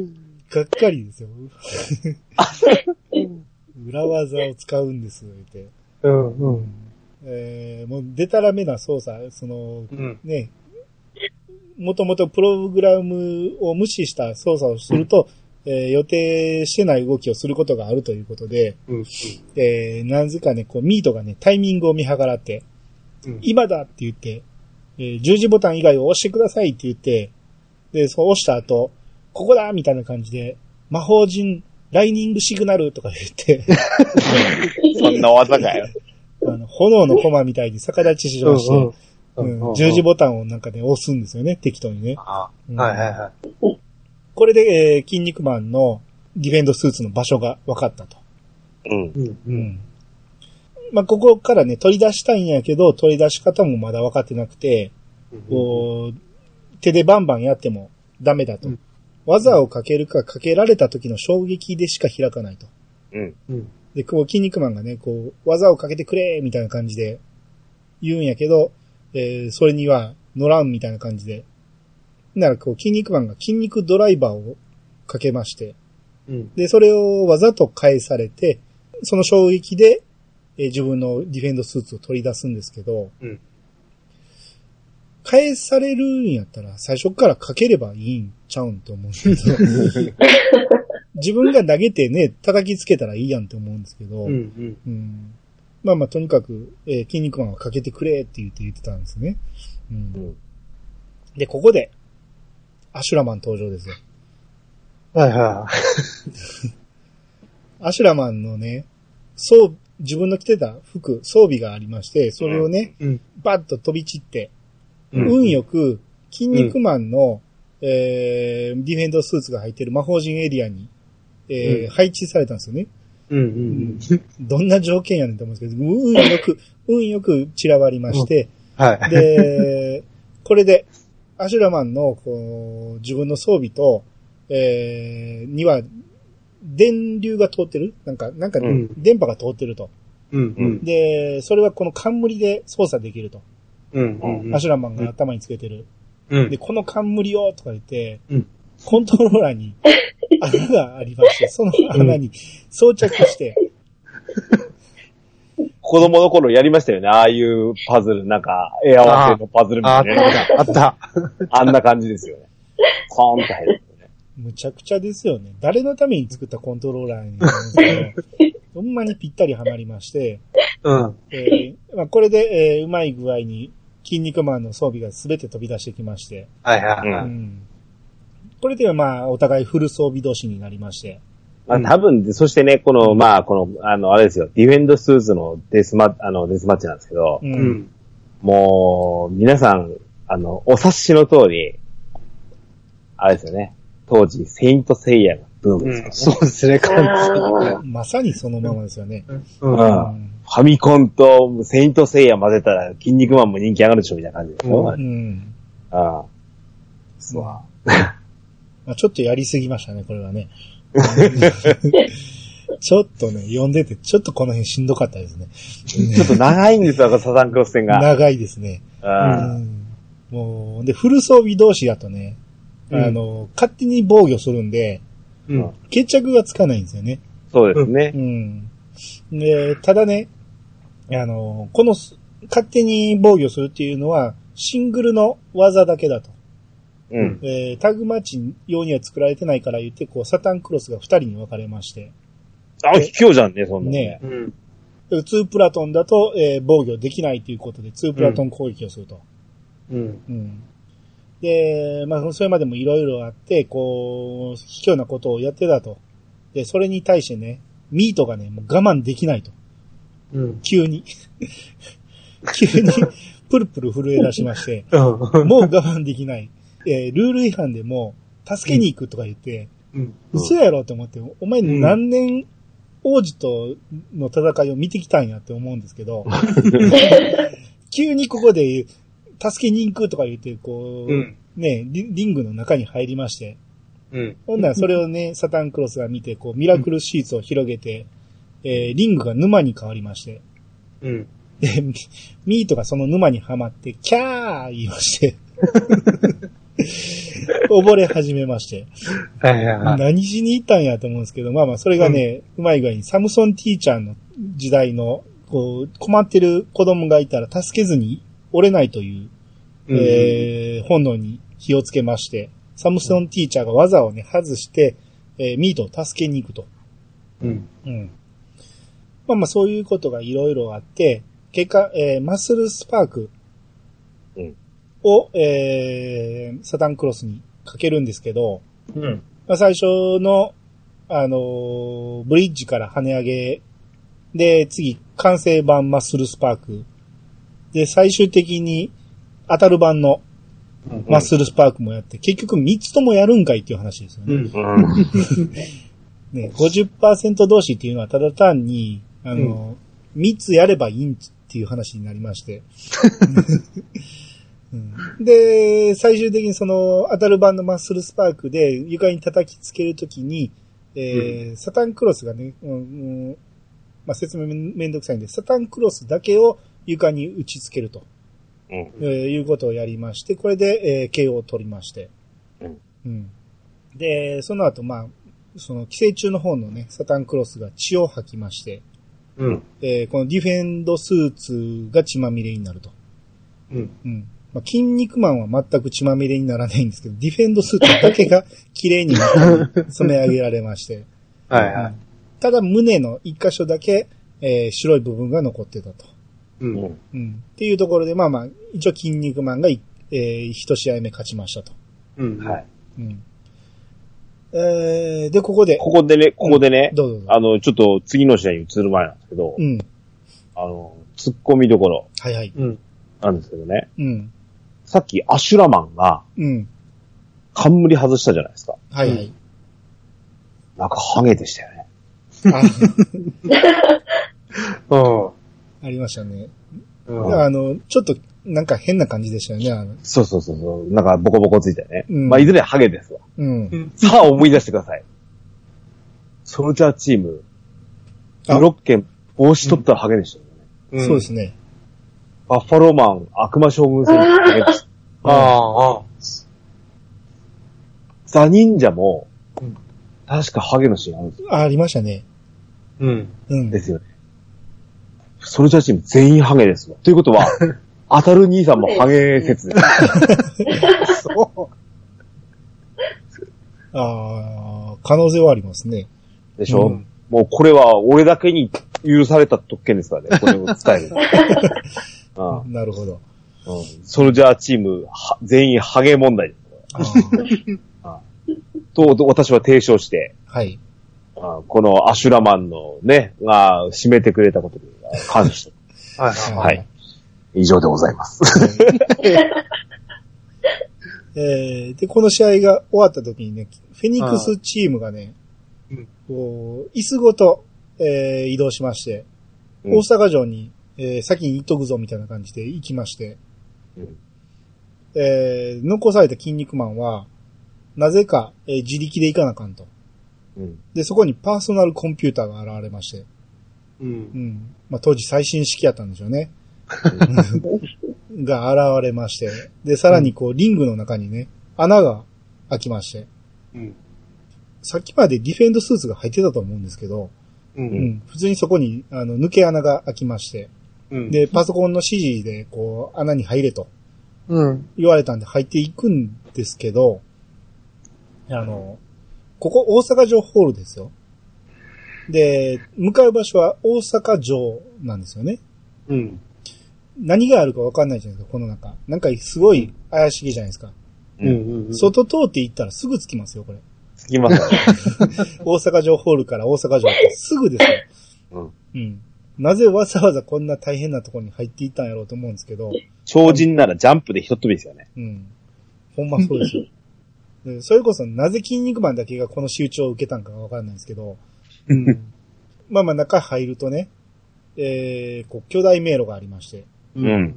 Speaker 1: うんがっかりですよ。 [LAUGHS] 裏技を使うんです、言って。
Speaker 3: うん。
Speaker 1: えーもう、でたらめな操作、その、
Speaker 3: うん。
Speaker 1: ね、もともとプログラムを無視した操作をすると、えー予定してない動きをすることがあるということで、
Speaker 3: うん。
Speaker 1: えーなぜかね、こう、ミートがね、タイミングを見計らって、
Speaker 3: うん
Speaker 1: 今だって言って、えー十字ボタン以外を押してくださいって言って、で、そう押した後、ここだみたいな感じで、魔法人、ライニングシグナルとか言っ
Speaker 3: [LAUGHS]
Speaker 1: て、
Speaker 2: そんな技かよ。
Speaker 1: あの炎のコマみたいに逆立ちしまして、
Speaker 3: うん。
Speaker 1: うん十字ボタンをなんかね、押すんですよね、適当にね。
Speaker 3: は
Speaker 1: う
Speaker 3: い
Speaker 1: ん
Speaker 3: はいは
Speaker 1: これで、えー筋肉マンのディフェンドスーツの場所が分かったと。
Speaker 2: うん。
Speaker 3: い。うん。う。
Speaker 1: うんん。まあ、ここからね、取り出したいんやけど、取り出し方もまだ分かってなくて、こう、手でバンバンやってもダメだと。
Speaker 3: うん
Speaker 1: 技をかけるかかけられた時の衝撃でしか開かないと。
Speaker 2: うん。
Speaker 3: うん。
Speaker 1: で、こう、筋肉マンがね、こう、技をかけてくれみたいな感じで言うんやけど、えーそれには乗らんみたいな感じで。なら、こう、筋肉マンが筋肉ドライバーをかけまして、
Speaker 3: うん。
Speaker 1: で、それをわざと返されて、その衝撃で、えー自分のディフェンドスーツを取り出すんですけど、
Speaker 3: うん
Speaker 1: 返されるんやったら、最初からかければいいんちゃうんと思うんですけど、自分が投げてね、叩きつけたらいいやんって思うんですけど、
Speaker 3: うん。うん。
Speaker 1: うんまあまあ、とにかく、えー、筋肉マンはかけてくれって言って言ってたんですね。うん
Speaker 2: うん
Speaker 1: で、ここで、アシュラマン登場ですよ。
Speaker 3: はいは
Speaker 1: アシュラマンのね、そう、自分の着てた服、装備がありまして、それをね、
Speaker 3: い。うん。
Speaker 1: バッと飛び散って、
Speaker 2: うん
Speaker 1: 運よく、筋肉マンの、えーディフェンドスーツが入ってる魔法陣エリアに、えー
Speaker 3: うん
Speaker 1: 配置されたんですよね。
Speaker 3: うん。うん。
Speaker 1: どんな条件やねんと思うんですけど、運よく、運よく散らばりまして、
Speaker 3: はい。
Speaker 1: で、これで、アシュラマンの、こう、自分の装備と、えー、には、電流が通ってるなんか、なんか、
Speaker 2: うん
Speaker 1: 電波が通ってると。
Speaker 3: うん。うん。
Speaker 1: で、それはこの冠で操作できると。
Speaker 3: うん。うん。
Speaker 1: アシュラマンが頭につけてる。
Speaker 3: うん
Speaker 1: で、。この冠を、とか言って、
Speaker 3: うん
Speaker 1: コントローラー
Speaker 3: [LAUGHS]
Speaker 1: に穴がありまして、その穴に装着して、
Speaker 2: 子供の頃やりましたよね。ああいうパズル、なんか、絵合わせのパズルみた
Speaker 3: あ
Speaker 2: いな。
Speaker 3: った。あった。
Speaker 2: あんな感じですよね。コーンと入る。
Speaker 1: むちゃくちゃですよね。誰のために作ったコントローラーになるんですけ
Speaker 3: [LAUGHS]
Speaker 1: ど、ほんまにぴったりはまりまして、
Speaker 3: うん。
Speaker 1: えーまあ、これで、えーうまい具合に、筋肉マンの装備が全て飛び出してきまして、
Speaker 3: はいはい。
Speaker 1: う
Speaker 2: うん
Speaker 1: んこれではまあ、お互いフル装備同士になりまして、
Speaker 2: まあ、多分、そしてね、この、まあ、この、あの、あれですよ、ディフェンドスーツのデスマ、あの、デスマッチなんですけど、
Speaker 1: うん
Speaker 3: うん。
Speaker 2: もう、皆さん、あの、お察しの通り、あれですよね、当時、セイントセイヤがブームですからね。
Speaker 3: そうですね、感じ。
Speaker 1: まさにそのままですよね。
Speaker 3: うん。
Speaker 2: う
Speaker 3: は
Speaker 2: ん
Speaker 1: うん
Speaker 2: ファミコンとセイントセイヤ混ぜたら、筋肉マンも人気上がるでしょ、みたいな感じでしょ。
Speaker 3: う
Speaker 1: うん
Speaker 2: ああ
Speaker 4: すわ。
Speaker 1: まあ、ちょっとやりすぎましたね、これは
Speaker 3: [LAUGHS]
Speaker 1: ね。ちょっとね、読んでて、ちょっとこの辺しんどかったですね。
Speaker 4: ちょっと長いんですよ、サザンクロス戦が。
Speaker 1: 長いですね。
Speaker 4: うん
Speaker 1: うんもう、で、フル装備同士だとね、
Speaker 3: うん
Speaker 1: あの、勝手に防御するんで、
Speaker 3: うん。
Speaker 1: 決着がつかないんですよね。
Speaker 4: そうですね
Speaker 1: う。ん。で、ただね、あの、このす、勝手に防御するっていうのは、シングルの技だけだと。
Speaker 4: うん。
Speaker 1: えータグマッチ用には作られてないから言って、こう、サタンクロスが二人に分かれまして、
Speaker 4: あ、卑怯じゃんね、そんなの。
Speaker 1: ね
Speaker 3: うん。
Speaker 1: でツープラトンだと、えー防御できないということで、ツープラトン攻撃をすると。
Speaker 3: うん。
Speaker 1: うん。で、まあ、それまでもいろいろあって、こう、卑怯なことをやってたと。で、それに対してね、ミートがね、もう我慢できないと。
Speaker 3: うん。
Speaker 1: 急に。 [LAUGHS] 急に、プルプル震え出しまして、
Speaker 3: うん。
Speaker 1: もう我慢できない。えールール違反でも、助けに行くとか言って、
Speaker 3: うん。
Speaker 4: うん
Speaker 1: 嘘やろと思って、お前
Speaker 3: うん
Speaker 1: 何年王子との戦いを見てきたんやって思うんですけど、 [LAUGHS] 急にここで、助けに行くとか言って、こう、
Speaker 3: うん。
Speaker 1: ね、リリングの中に入りまして、
Speaker 3: うん。
Speaker 1: ほんならそれをね、サタンクロスが見て、こう、ミラクルシーツを広げて、えーリングが沼に変わりまして、
Speaker 3: うん。
Speaker 1: で、ミミートがその沼にはまって、キャー言いまして、溺れ始めまして、
Speaker 3: はいはいはい。
Speaker 1: 何しに行ったんやと思うんですけど、まあまあ、それがね、うまい具合に、サムソンティーチャーの時代の、こう、困ってる子供がいたら助けずに折れないという、えー本能に火をつけまして、サムソンティーチャーが技をね、外して、えーミートを助けに行くと。
Speaker 3: うん。
Speaker 1: うん。まあまあそういうことがいろいろあって、結果、えーマッスルスパーク
Speaker 4: うん
Speaker 1: を、えーサタンクロスにかけるんですけど、
Speaker 3: うん。
Speaker 1: まあ、最初の、あのーブリッジから跳ね上げ、で、次、完成版マッスルスパーク。で、最終的に、当たる版の
Speaker 3: うん
Speaker 1: マッスルスパークもやって、結局3つともやるんかいっていう話ですよね。
Speaker 3: うん。
Speaker 4: うん。
Speaker 1: ね、50%同士っていうのはただ単に、あの、3つやればいいんっていう話になりまして。 [LAUGHS] うんで、最終的にその、当たる版のマッスルスパークで床に叩きつけるときに、えーサタンクロスがね、うんうんまあ、説明めんめんどくさいんで、サタンクロスだけを床に打ちつけると、
Speaker 4: うん
Speaker 1: えーいうことをやりまして、これで、えー KO を取りまして。
Speaker 4: うん
Speaker 1: うんで、その後、まあ、その寄生虫の方のね、サタンクロスが血を吐きまして、
Speaker 3: うん。
Speaker 1: えーこのディフェンドスーツが血まみれになると。
Speaker 3: うん。
Speaker 1: うん。まあ、筋肉マンは全く血まみれにならないんですけど、ディフェンドスーツだけが [LAUGHS] 綺麗に染め上げられまして、
Speaker 3: はいはい。
Speaker 1: ただ胸の一箇所だけ、えー白い部分が残ってたと。
Speaker 3: うん。
Speaker 1: うん。っていうところで、まあまあ、一応筋肉マンがい、えー一試合目勝ちましたと。
Speaker 3: うん。
Speaker 4: はい。
Speaker 1: うん。えーで、ここで、
Speaker 4: ここでね、ここでね、
Speaker 1: どうぞどうぞ。
Speaker 4: あの、ちょっと次の試合に移る前なんですけど
Speaker 1: う、ん。
Speaker 4: あの、突っ込みどころ
Speaker 1: はいはい。
Speaker 3: うん。
Speaker 4: なんですけどね、
Speaker 1: うん。
Speaker 4: さっきアシュラマンが
Speaker 1: うん。
Speaker 4: 冠外したじゃないですか。
Speaker 1: はいはい。
Speaker 4: なんかハゲでしたよね。
Speaker 1: あありましたね。
Speaker 3: うん。うん。
Speaker 1: あの、ちょっと、なんか変な感じでしたよね。あの
Speaker 4: そうそうそうそう。なんかボコボコついてね。
Speaker 1: うん
Speaker 4: まあ、いずれハゲですわ。
Speaker 1: うん。
Speaker 4: さあ思い出してください。ソルジャーチーム、
Speaker 1: あ
Speaker 4: ブロッケン、帽子取ったらハゲでしたよね。
Speaker 1: そうですね。
Speaker 4: バッファローマン、悪魔将軍戦士ハゲでした。
Speaker 3: ああ、ああ。
Speaker 4: ザ・忍者も
Speaker 3: うん、
Speaker 4: 確かハゲのシーンあるんですよ
Speaker 1: あありましたね。
Speaker 3: うん。
Speaker 1: うん。
Speaker 4: ですよね。ソルジャーチーム全員ハゲですわ。ということ
Speaker 1: [LAUGHS]
Speaker 4: は、当たる兄さんもハゲ説です。
Speaker 3: そ
Speaker 1: ああ、可能性はありますね。
Speaker 4: でしょ、
Speaker 1: うん
Speaker 4: もうこれは俺だけに許された特権ですからね、これを使えるの。
Speaker 1: [LAUGHS]
Speaker 4: うんうん
Speaker 1: なるほど。
Speaker 4: ソルジャーチームは全員ハゲ問題です
Speaker 1: あー
Speaker 4: と、と私は提唱して、
Speaker 1: はい。
Speaker 4: あこのアシュラマンのね、が締めてくれたことに感謝して
Speaker 3: う。はい
Speaker 1: あー
Speaker 3: は
Speaker 4: はい。以上でございます。
Speaker 1: えーで、この試合が終わった時にね、フェニックスチームがね
Speaker 3: うん、
Speaker 1: こう、椅子ごと、えー移動しまして、
Speaker 4: うん
Speaker 1: 大阪城に、えー先に行っとくぞみたいな感じで行きまして、
Speaker 4: うん
Speaker 1: えー残された筋肉マンは、なぜか、えー自力で行かなあかんと。
Speaker 2: うん。
Speaker 1: で、そこにパーソナルコンピューターが現れまして、
Speaker 3: う。
Speaker 1: うんん。まあ、当時最新式やったんでしょうね。 [LAUGHS] が現れまして、で、さらにこう、リングの中にね、穴が開きまして、
Speaker 3: うん。
Speaker 1: さっきまでディフェンドスーツが入ってたと思うんですけど、
Speaker 3: う。
Speaker 1: うんん。普通にそこに、あの、抜け穴が開きまして、
Speaker 3: うん。
Speaker 1: で、パソコンの指示で、こう、穴に入れと
Speaker 3: うん。
Speaker 1: 言われたんで入っていくんですけど、あの、ここ大阪城ホールですよ。で、向かう場所は大阪城なんですよね。
Speaker 3: うん。
Speaker 1: 何があるかわかんないじゃないですか、この中。なんかすごい怪しげじゃないですか。
Speaker 3: うん。
Speaker 1: 外通って行ったらすぐ着きますよ、これ。
Speaker 2: つきますね。
Speaker 1: 大阪城ホールから大阪城ってすぐですよ。
Speaker 2: うん
Speaker 1: うん。なぜわざわざこんな大変なところに入っていったんやろうと思うんですけど、
Speaker 2: 超人ならジャンプで一飛びですよね。
Speaker 1: うん。ほんまそうですよ。でそれこそなぜ筋肉マンだけがこの仕打ちを受けたんかがわからないんですけど、
Speaker 3: うん。
Speaker 1: まあまあ中入るとね、えー、こう巨大迷路がありまして、
Speaker 3: うん。うん。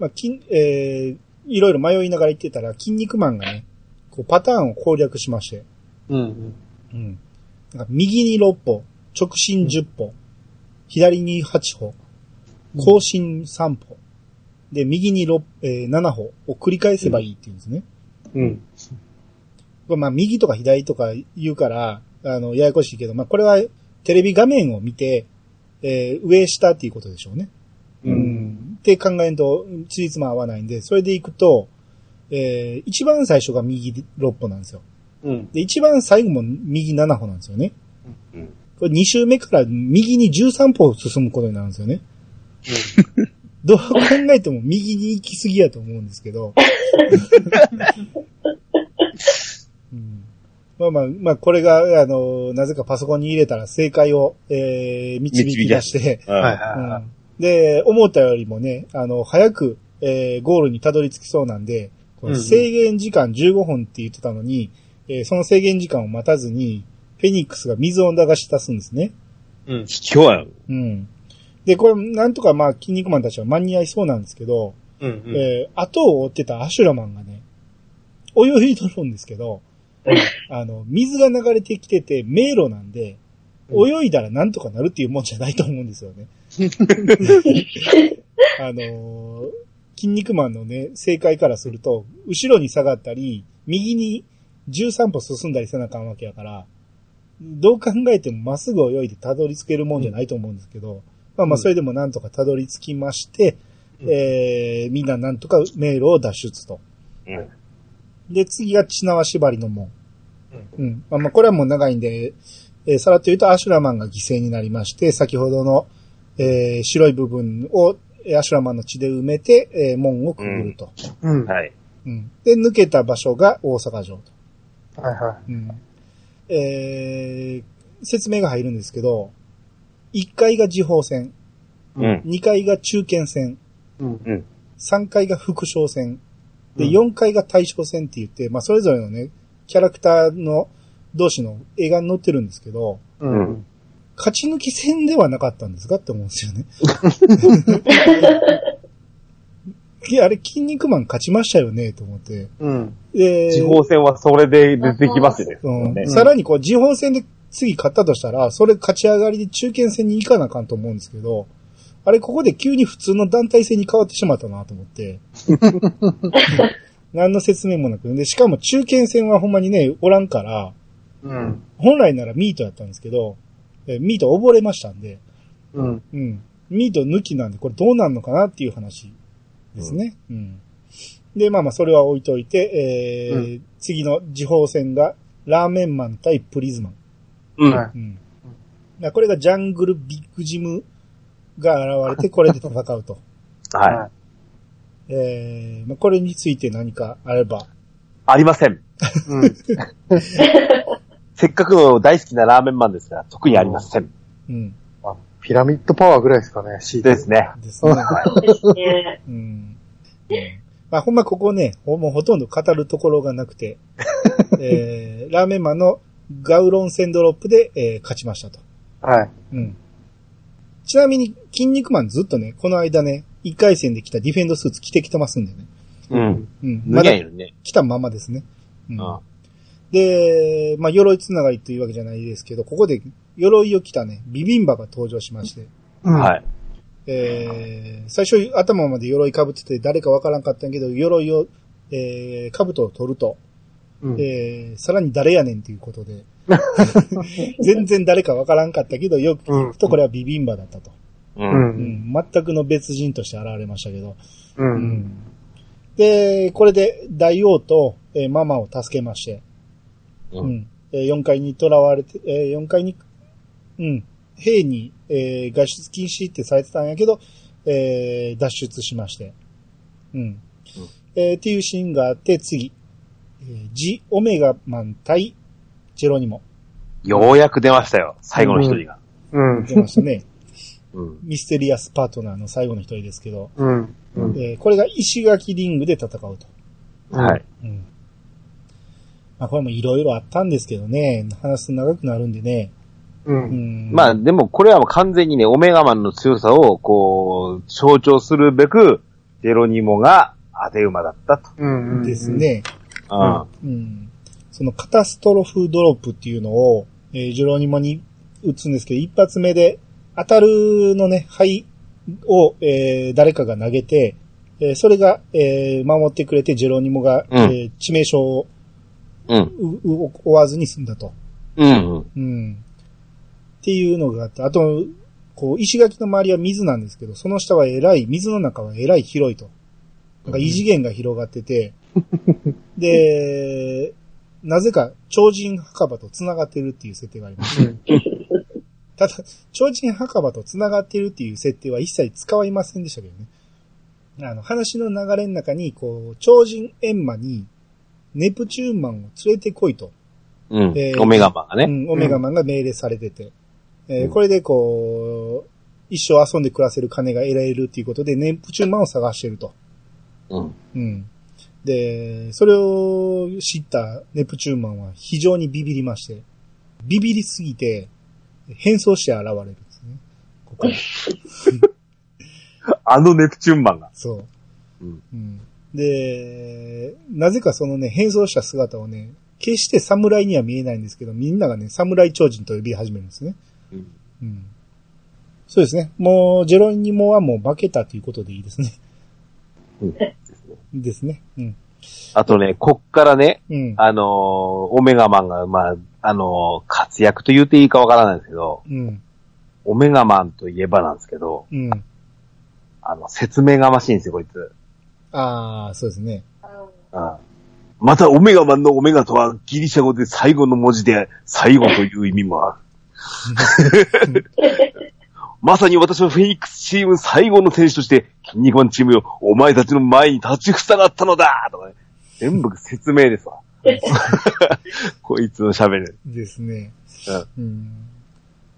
Speaker 1: まあ、筋、えー、いろいろ迷いながら行ってたら、筋肉マンがね、こうパターンを攻略しまして、
Speaker 3: うん。
Speaker 1: うん。なんか右に6歩、直進10歩、左に8歩、後進3歩、で、右に6、えー7歩を繰り返せばいいっていうんですね。
Speaker 3: うん。
Speaker 1: これまあ、右とか左とか言うから、あの、ややこしいけど、まあ、これはテレビ画面を見て、えー上下っていうことでしょうね。
Speaker 3: う
Speaker 1: って考えると、ついつま合わないんで、それで行くと、えー一番最初が右6歩なんですよ。
Speaker 3: うん。
Speaker 1: で、一番最後も右7歩なんですよね。
Speaker 2: うん
Speaker 1: これ2周目から右に13歩進むことになるんですよね。どう考えても右に行き過ぎやと思うんですけど。うんまあまあ、まあこれが、あの、なぜかパソコンに入れたら正解を、えー導き出して、
Speaker 2: うん
Speaker 3: はいはい
Speaker 1: うん
Speaker 3: は
Speaker 1: で、思ったよりもね、あの、早く、えーゴールにたどり着きそうなんで、こう
Speaker 3: うんうん
Speaker 1: 制限時間15分って言ってたのに、えーその制限時間を待たずに、フェニックスが水を流し出すんですね。
Speaker 3: い。うん。
Speaker 2: 卑怯やん。
Speaker 1: うん。で、これ、なんとかまあ、筋肉マンたちは間に合いそうなんですけど、
Speaker 3: うん。
Speaker 1: えー後を追ってたアシュラマンがね、泳いとるんですけど、あの、水が流れてきてて、迷路なんで、泳いだらなんとかなるっていうもんじゃないと思うんです
Speaker 3: [LAUGHS]
Speaker 1: よね。あのー筋肉マンのね、正解からすると、後ろに下がったり、右に13歩進んだりせなあかんわけやから、どう考えてもまっすぐ泳いでたどり着けるもんじゃないと思うんですけど、まあまあそれでもなんとかたどり着きまして、
Speaker 3: うん
Speaker 1: えーみんななんとか迷路を脱出と。
Speaker 2: うん
Speaker 1: で、次が血縄縛りの門。
Speaker 3: う
Speaker 1: うん。まあまあこれはもう長いんで、えーさらっと言うとアシュラマンが犠牲になりまして、先ほどの、えー白い部分をえーアシュラマンの血で埋めて、えー門をくぐると、
Speaker 3: うん。はい
Speaker 2: はい。
Speaker 1: うん。で、抜けた場所が大阪城と。
Speaker 3: は
Speaker 1: うんえー説明が入るんですけど、1階が地方線、
Speaker 3: い。。
Speaker 1: 2階が中堅線、
Speaker 3: うん。
Speaker 1: 3階が副将線、で、
Speaker 3: うん
Speaker 1: 4階が大将戦って言って、まあ、それぞれのね、キャラクターの同士の映画に載ってるんですけど、
Speaker 3: うん。
Speaker 1: 勝ち抜き戦ではなかったんですかって思うんですよね。いやあれ、筋肉マン勝ちましたよね、と思って。
Speaker 3: うん。
Speaker 1: で
Speaker 2: 地方戦はそれで出てきますよね。
Speaker 1: うん
Speaker 2: ね
Speaker 1: さらにこう、地方戦で次勝ったとしたら、それ勝ち上がりで中堅戦に行かなあかんと思うんですけど、あれ、ここで急に普通の団体戦に変わってしまったなと思って。 [LAUGHS] 何の説明もなく。で、しかも中堅戦はほんまにね、おらんから、
Speaker 3: うん。
Speaker 1: 本来ならミートやったんですけど、えミート溺れましたんで、
Speaker 3: うん。
Speaker 1: うん。ミート抜きなんで、これどうなんのかなっていう話ですね。うん。で、まあまあ、それは置いといて、えー次の地方戦が、ラーメンマン対プリズマン。
Speaker 2: うん。
Speaker 3: は
Speaker 1: う
Speaker 3: い。
Speaker 1: ん。だからこれがジャングルビッグジムが現れて、これで戦うと。
Speaker 2: はい。
Speaker 3: い。
Speaker 1: えー、まあ、これについて何かあれば。
Speaker 2: ありません。
Speaker 3: うん。
Speaker 2: せっかくの大好きなラーメンマンですが、特にありません。
Speaker 1: うん。
Speaker 3: ピラミッドパワーぐらいですかね、C
Speaker 2: ですね。
Speaker 1: ですね。
Speaker 4: ですね。
Speaker 1: うん。うんまあ、ほんまここね、ほもうほとんど語るところがなくて、えー、ラーメンマンのガウロンセンドロップで、えー勝ちましたと。
Speaker 3: はい。
Speaker 1: うん。ちなみに、筋肉マンずっとね、この間ね、1回戦で来たディフェンドスーツ着てきてますんでね。
Speaker 4: うん。
Speaker 1: うん。
Speaker 4: 脱
Speaker 1: ま
Speaker 4: ぎ
Speaker 1: だ
Speaker 4: ゃいるね。
Speaker 1: 来たままですね。うん
Speaker 4: ああ
Speaker 1: で、まあ、鎧つながりというわけじゃないですけど、ここで鎧を着たね、ビビンバが登場しまして、
Speaker 3: は。
Speaker 4: はいい。
Speaker 1: えー、最初頭まで鎧被ってて誰かわからんかったんやけど、鎧を、えー、兜を取ると、
Speaker 3: うん
Speaker 1: えー、さらに誰やねんということ
Speaker 3: [LAUGHS]
Speaker 1: で、 [LAUGHS] 全然誰かわからんかったけど、よく聞くとこれはビビンバだったと。
Speaker 4: う。
Speaker 3: うんん。
Speaker 1: うん全くの別人として現れましたけど、
Speaker 3: う。
Speaker 1: うんんで、これで大王と、えーママを助けまして、
Speaker 4: う
Speaker 1: うんんえー4階に囚われて、え4階に、うん、兵に、えー外出禁止ってされてたんやけど、えー脱出しまして、うんえーっていうシーンがあって、次、えージ・オメガマン対ジェロニモ
Speaker 4: ようやく出ましたよ。最後の一人が。
Speaker 3: うん。
Speaker 1: 出ました [LAUGHS] ね。
Speaker 4: うん。
Speaker 1: ミステリアスパートナーの最後の一人ですけど、
Speaker 3: うん。うん。
Speaker 1: えーこれが石垣リングで戦うと。
Speaker 4: はい。
Speaker 1: うん。まあこれもいろいろあったんですけどね、話すと長くなるんでね。
Speaker 3: う。
Speaker 1: うんん。
Speaker 4: まあ、でもこれはもう完全にね、オメガマンの強さを、こう、象徴するべく、ジェロニモが当て馬だったと。
Speaker 3: うん。
Speaker 1: です。ね。
Speaker 4: うん。
Speaker 1: うん。そのカタストロフドロップっていうのを、えージョロニモに打つんですけど、一発目で当たるのね、灰を、えー誰かが投げて、えーそれが、えー守ってくれて、ジェロニモが、
Speaker 4: うん
Speaker 1: えー致命傷を
Speaker 4: うん。
Speaker 1: うう負わずに済んだと。
Speaker 4: うん。
Speaker 1: うん。っていうのがあって、あと、こう、石垣の周りは水なんですけど、その下は偉い、水の中は偉い広いと。なんか異次元が広がって [LAUGHS] て、で、なぜか超人墓場と繋がってるっていう設定があります。ただ、超人墓場と繋がってるっていう設定は一切使いませんでしたけどね。あの、話の流れの中に、こう、超人エンマに、ネプチューンマンを連れてこいと。
Speaker 4: うん
Speaker 1: え。ー
Speaker 4: オメガマンが
Speaker 1: う
Speaker 4: ね。
Speaker 1: ん、オメガマンが命令されてて。えー
Speaker 4: うん
Speaker 1: これでこう、一生遊んで暮らせる金が得られるっていうことで、ネプチューンマンを探してると。
Speaker 4: うん。
Speaker 1: うん。で、それを知ったネプチューンマンは非常にビビりまして、ビビりすぎて、変装して現れるんですね。ここに
Speaker 4: あのネプチューンマンが。
Speaker 1: そう。
Speaker 4: うん
Speaker 1: うんで、なぜかそのね、変装した姿をね、決して侍には見えないんですけど、みんながね、侍超人と呼び始めるんですね。
Speaker 4: うん
Speaker 1: うんそうですね。もう、ジェロニモはもう化けたということでいいですね。
Speaker 4: うん
Speaker 1: [LAUGHS] ですね。うん。
Speaker 4: あとね、こっからね、
Speaker 1: うん。
Speaker 4: あのーオメガマンが、まあ、あのー活躍と言っていいかわからないですけど、
Speaker 1: うん。
Speaker 4: オメガマンといえばなんですけど、
Speaker 1: うん。
Speaker 4: あの、説明がましいんですよ、こいつ。
Speaker 1: ああ、そうですね。
Speaker 4: うん。また、オメガマンのオメガとはギリシャ語で最後の文字で最後という意味もある。まさに私はフェニックスチーム最後の選手として、筋肉マンチームよ、お前たちの前に立ちふさがったのだとかね。全部説明ですわ。こいつの喋る。
Speaker 1: ですね。うん。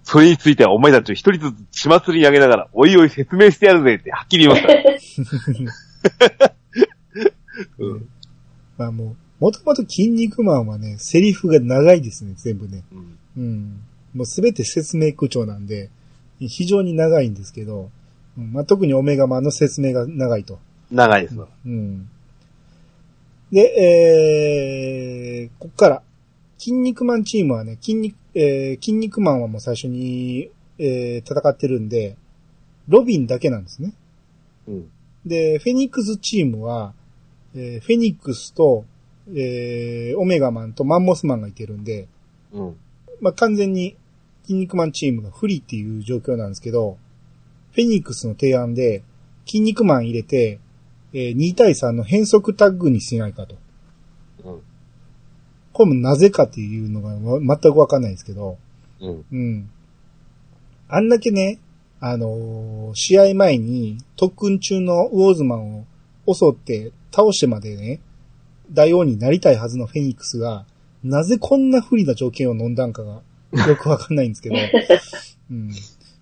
Speaker 4: それについてはお前たちを一人ずつ血祭りにあげながら、おいおい説明してやるぜってはっきり言いましたね。うん
Speaker 1: まあもう、もともと筋肉マンはね、セリフが長いですね、全部ね。
Speaker 4: うん
Speaker 1: うん。もうすべて説明口調なんで、非常に長いんですけど、うんまあ、特にオメガマンの説明が長いと。
Speaker 4: 長いですわ。
Speaker 1: うん。で、えー、こっから、筋肉マンチームはね、筋肉、えー、筋肉マンはもう最初に、えー、戦ってるんで、ロビンだけなんですね。
Speaker 4: うん。
Speaker 1: で、フェニックスチームは、えー、フェニックスと、えー、オメガマンとマンモスマンがいてるんで、
Speaker 4: うん。
Speaker 1: まあ、完全に、筋肉マンチームが不利っていう状況なんですけど、フェニックスの提案で、筋肉マン入れて、えー2対3の変則タッグにしないかと。
Speaker 4: うん。
Speaker 1: これもなぜかっていうのがわ全くわかんないんですけど、
Speaker 4: うん。
Speaker 1: うん。あんだけね、あのー試合前に特訓中のウォーズマンを襲って倒してまでね、大王になりたいはずのフェニックスが、なぜこんな不利な条件を飲んだんかが、よくわかんないんですけど、うん。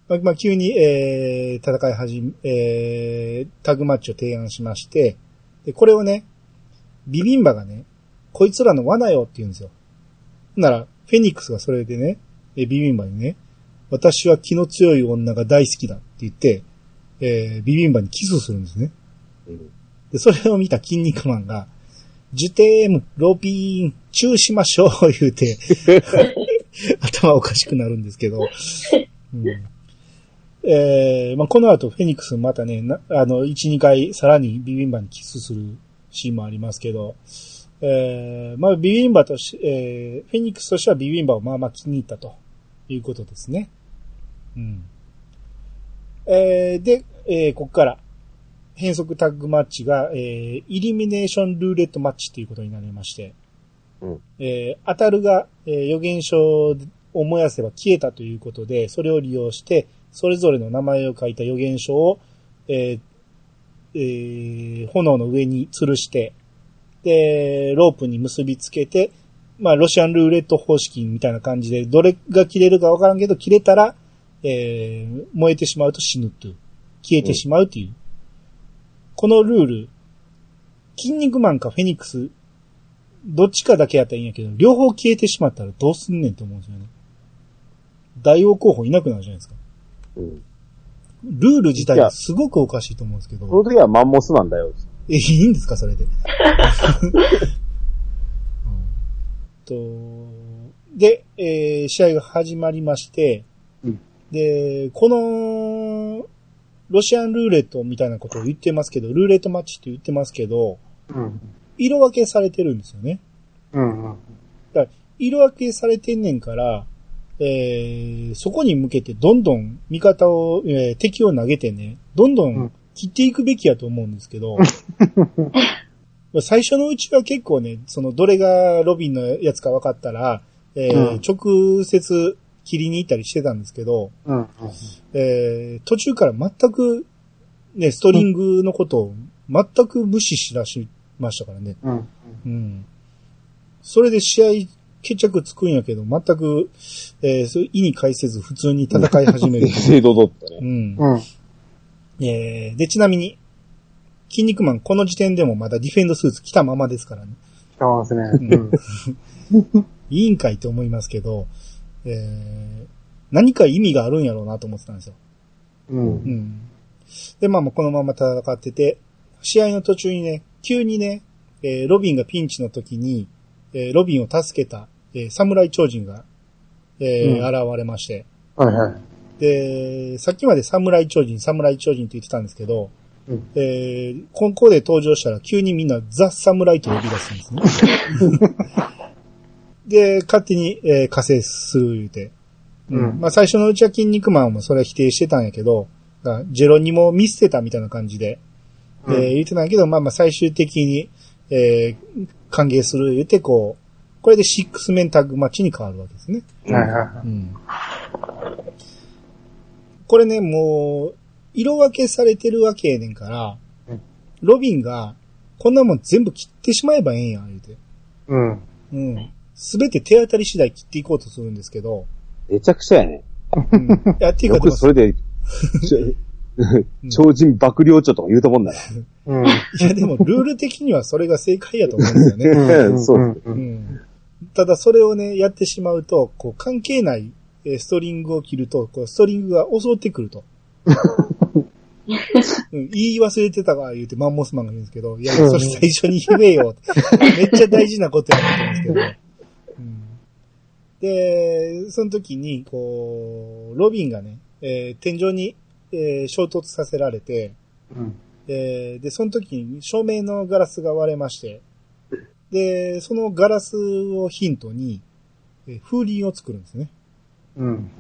Speaker 1: まあ、まあ、急に、えー、戦い始め、えー、タグマッチを提案しまして、で、これをね、ビビンバがね、こいつらの罠よって言うんですよ。なら、フェニックスがそれでね、えービビンバにね、私は気の強い女が大好きだって言って、えービビンバにキスするんですね。
Speaker 4: うん
Speaker 1: で、それを見た筋肉マンが、ジュテーム、ロピーン、チューしましょう、言うて、 [LAUGHS] 頭おかしくなるんですけど、うんえーまあ、この後、フェニックスまたね、なあの、1、2回、さらにビビンバにキスするシーンもありますけど、えーまあ、ビビンバとし、えーフェニックスとしてはビビンバをまあまあ気に入ったということですね。うん。えーで、えーここから、変則タッグマッチが、えーイリミネーションルーレットマッチということになりまして、
Speaker 2: うん
Speaker 1: えー当たるが、えー予言書を燃やせば消えたということで、それを利用して、それぞれの名前を書いた予言書を、えーえー炎の上に吊るして、で、ロープに結びつけて、まあ、ロシアンルーレット方式みたいな感じで、どれが切れるかわからんけど、切れたら、えー燃えてしまうと死ぬという。消えてしまうという。このルール、筋肉マンかフェニックス、どっちかだけやったらいいんやけど、両方消えてしまったらどうすんねんと思うんですよね。大王候補いなくなるじゃないですか。
Speaker 4: うん。
Speaker 1: ルール自体がすごくおかしいと思うんですけど。
Speaker 4: その時はマンモスマンだよ。
Speaker 1: え、いいんですかそれ
Speaker 3: [LAUGHS]
Speaker 1: で。うんと、で、えー試合が始まりまして、
Speaker 3: うん
Speaker 1: で、この、ロシアンルーレットみたいなことを言ってますけど、ルーレットマッチって言ってますけど、
Speaker 3: うん。
Speaker 1: 色分けされてるんですよね。
Speaker 3: うん。うん。
Speaker 1: 色分けされてんねんから、えーそこに向けてどんどん味方を、えー敵を投げてね、どんど
Speaker 3: うんん
Speaker 1: 切っていくべきやと思うんですけ
Speaker 3: [LAUGHS]
Speaker 1: ど、最初のうちは結構ね、そのどれがロビンのやつか分かったら、えー
Speaker 3: うん
Speaker 1: 直接切りに行ったりしてたんですけど、
Speaker 3: うん。
Speaker 1: えー途中から全く、ね、ストリングのことを全く無視しだしましたからね。
Speaker 3: うん。
Speaker 1: うん。それで試合決着つくんやけど、全く、えー、そう意に介せず普通に戦い始
Speaker 4: [LAUGHS]
Speaker 1: める
Speaker 4: 正。々堂々とね。
Speaker 1: うん。
Speaker 3: うん。
Speaker 1: えー、で、ちなみに、筋肉マンこの時点でもまだディフェンドスーツ着たままですからね。
Speaker 3: 来てますね。
Speaker 1: う
Speaker 3: うん。
Speaker 1: いいんかいと思いますけど、えー、何か意味があるんやろうなと思ってたんですよ。
Speaker 3: う。
Speaker 1: うんん。で、まあまあこのまま戦ってて、試合の途中にね、急にね、えーロビンがピンチの時に、えーロビンを助けた、えー侍超人が、えー現れまして、
Speaker 3: はいはい。
Speaker 1: で、さっきまで侍超人、侍超人って言ってたんですけど、
Speaker 3: うん
Speaker 1: えーここで登場したら急にみんなザ・侍と呼び出すんですね。
Speaker 3: [LAUGHS]
Speaker 1: で、勝手に、えー、加勢する言うて。
Speaker 3: うん
Speaker 1: まあ最初のうちは筋肉マンもそれは否定してたんやけど、あジェロニモ見捨てたみたいな感じで、えー
Speaker 3: うん
Speaker 1: 言ってたんやけど、まあまあ最終的に、えー歓迎する言うて、こう、これでシックスメンタッグマッチに変わるわけですね。
Speaker 3: はいは
Speaker 1: うんこれね、もう、色分けされてるわけやねんから
Speaker 3: うん、
Speaker 1: ロビンが、こんなもん全部切ってしまえばええんや、言うて。
Speaker 3: い。うん。
Speaker 1: うん。すべて手当たり次第切っていこうとするんですけど、
Speaker 4: めちゃくちゃやね。
Speaker 1: うん、やっていう
Speaker 4: よ
Speaker 1: か、
Speaker 4: くそれで、ちょ超人爆領長とか言うと思うんだ
Speaker 3: うん。
Speaker 1: いやでもルール的にはそれが正解やと思うんですよね。
Speaker 4: な。そうう。
Speaker 3: ん。う。
Speaker 1: うんん。ただそれをね、やってしまうと、こう関係ないえーストリングを切ると、こうストリングが襲ってくる [LAUGHS] と。うん、言い忘れてたわ、言うてマンモスマンが言うんですけど、いや、それ最初に言えよ。めっちゃ大事なことやなと思うん [LAUGHS] ですけど。うん、で、その時に、こう、ロビンがね、えー天井に、えー衝突させられて、
Speaker 3: うん。
Speaker 1: えーで、その時に照明のガラスが割れまして、で、そのガラスをヒントに、えー風鈴を作るんですね。
Speaker 3: うん。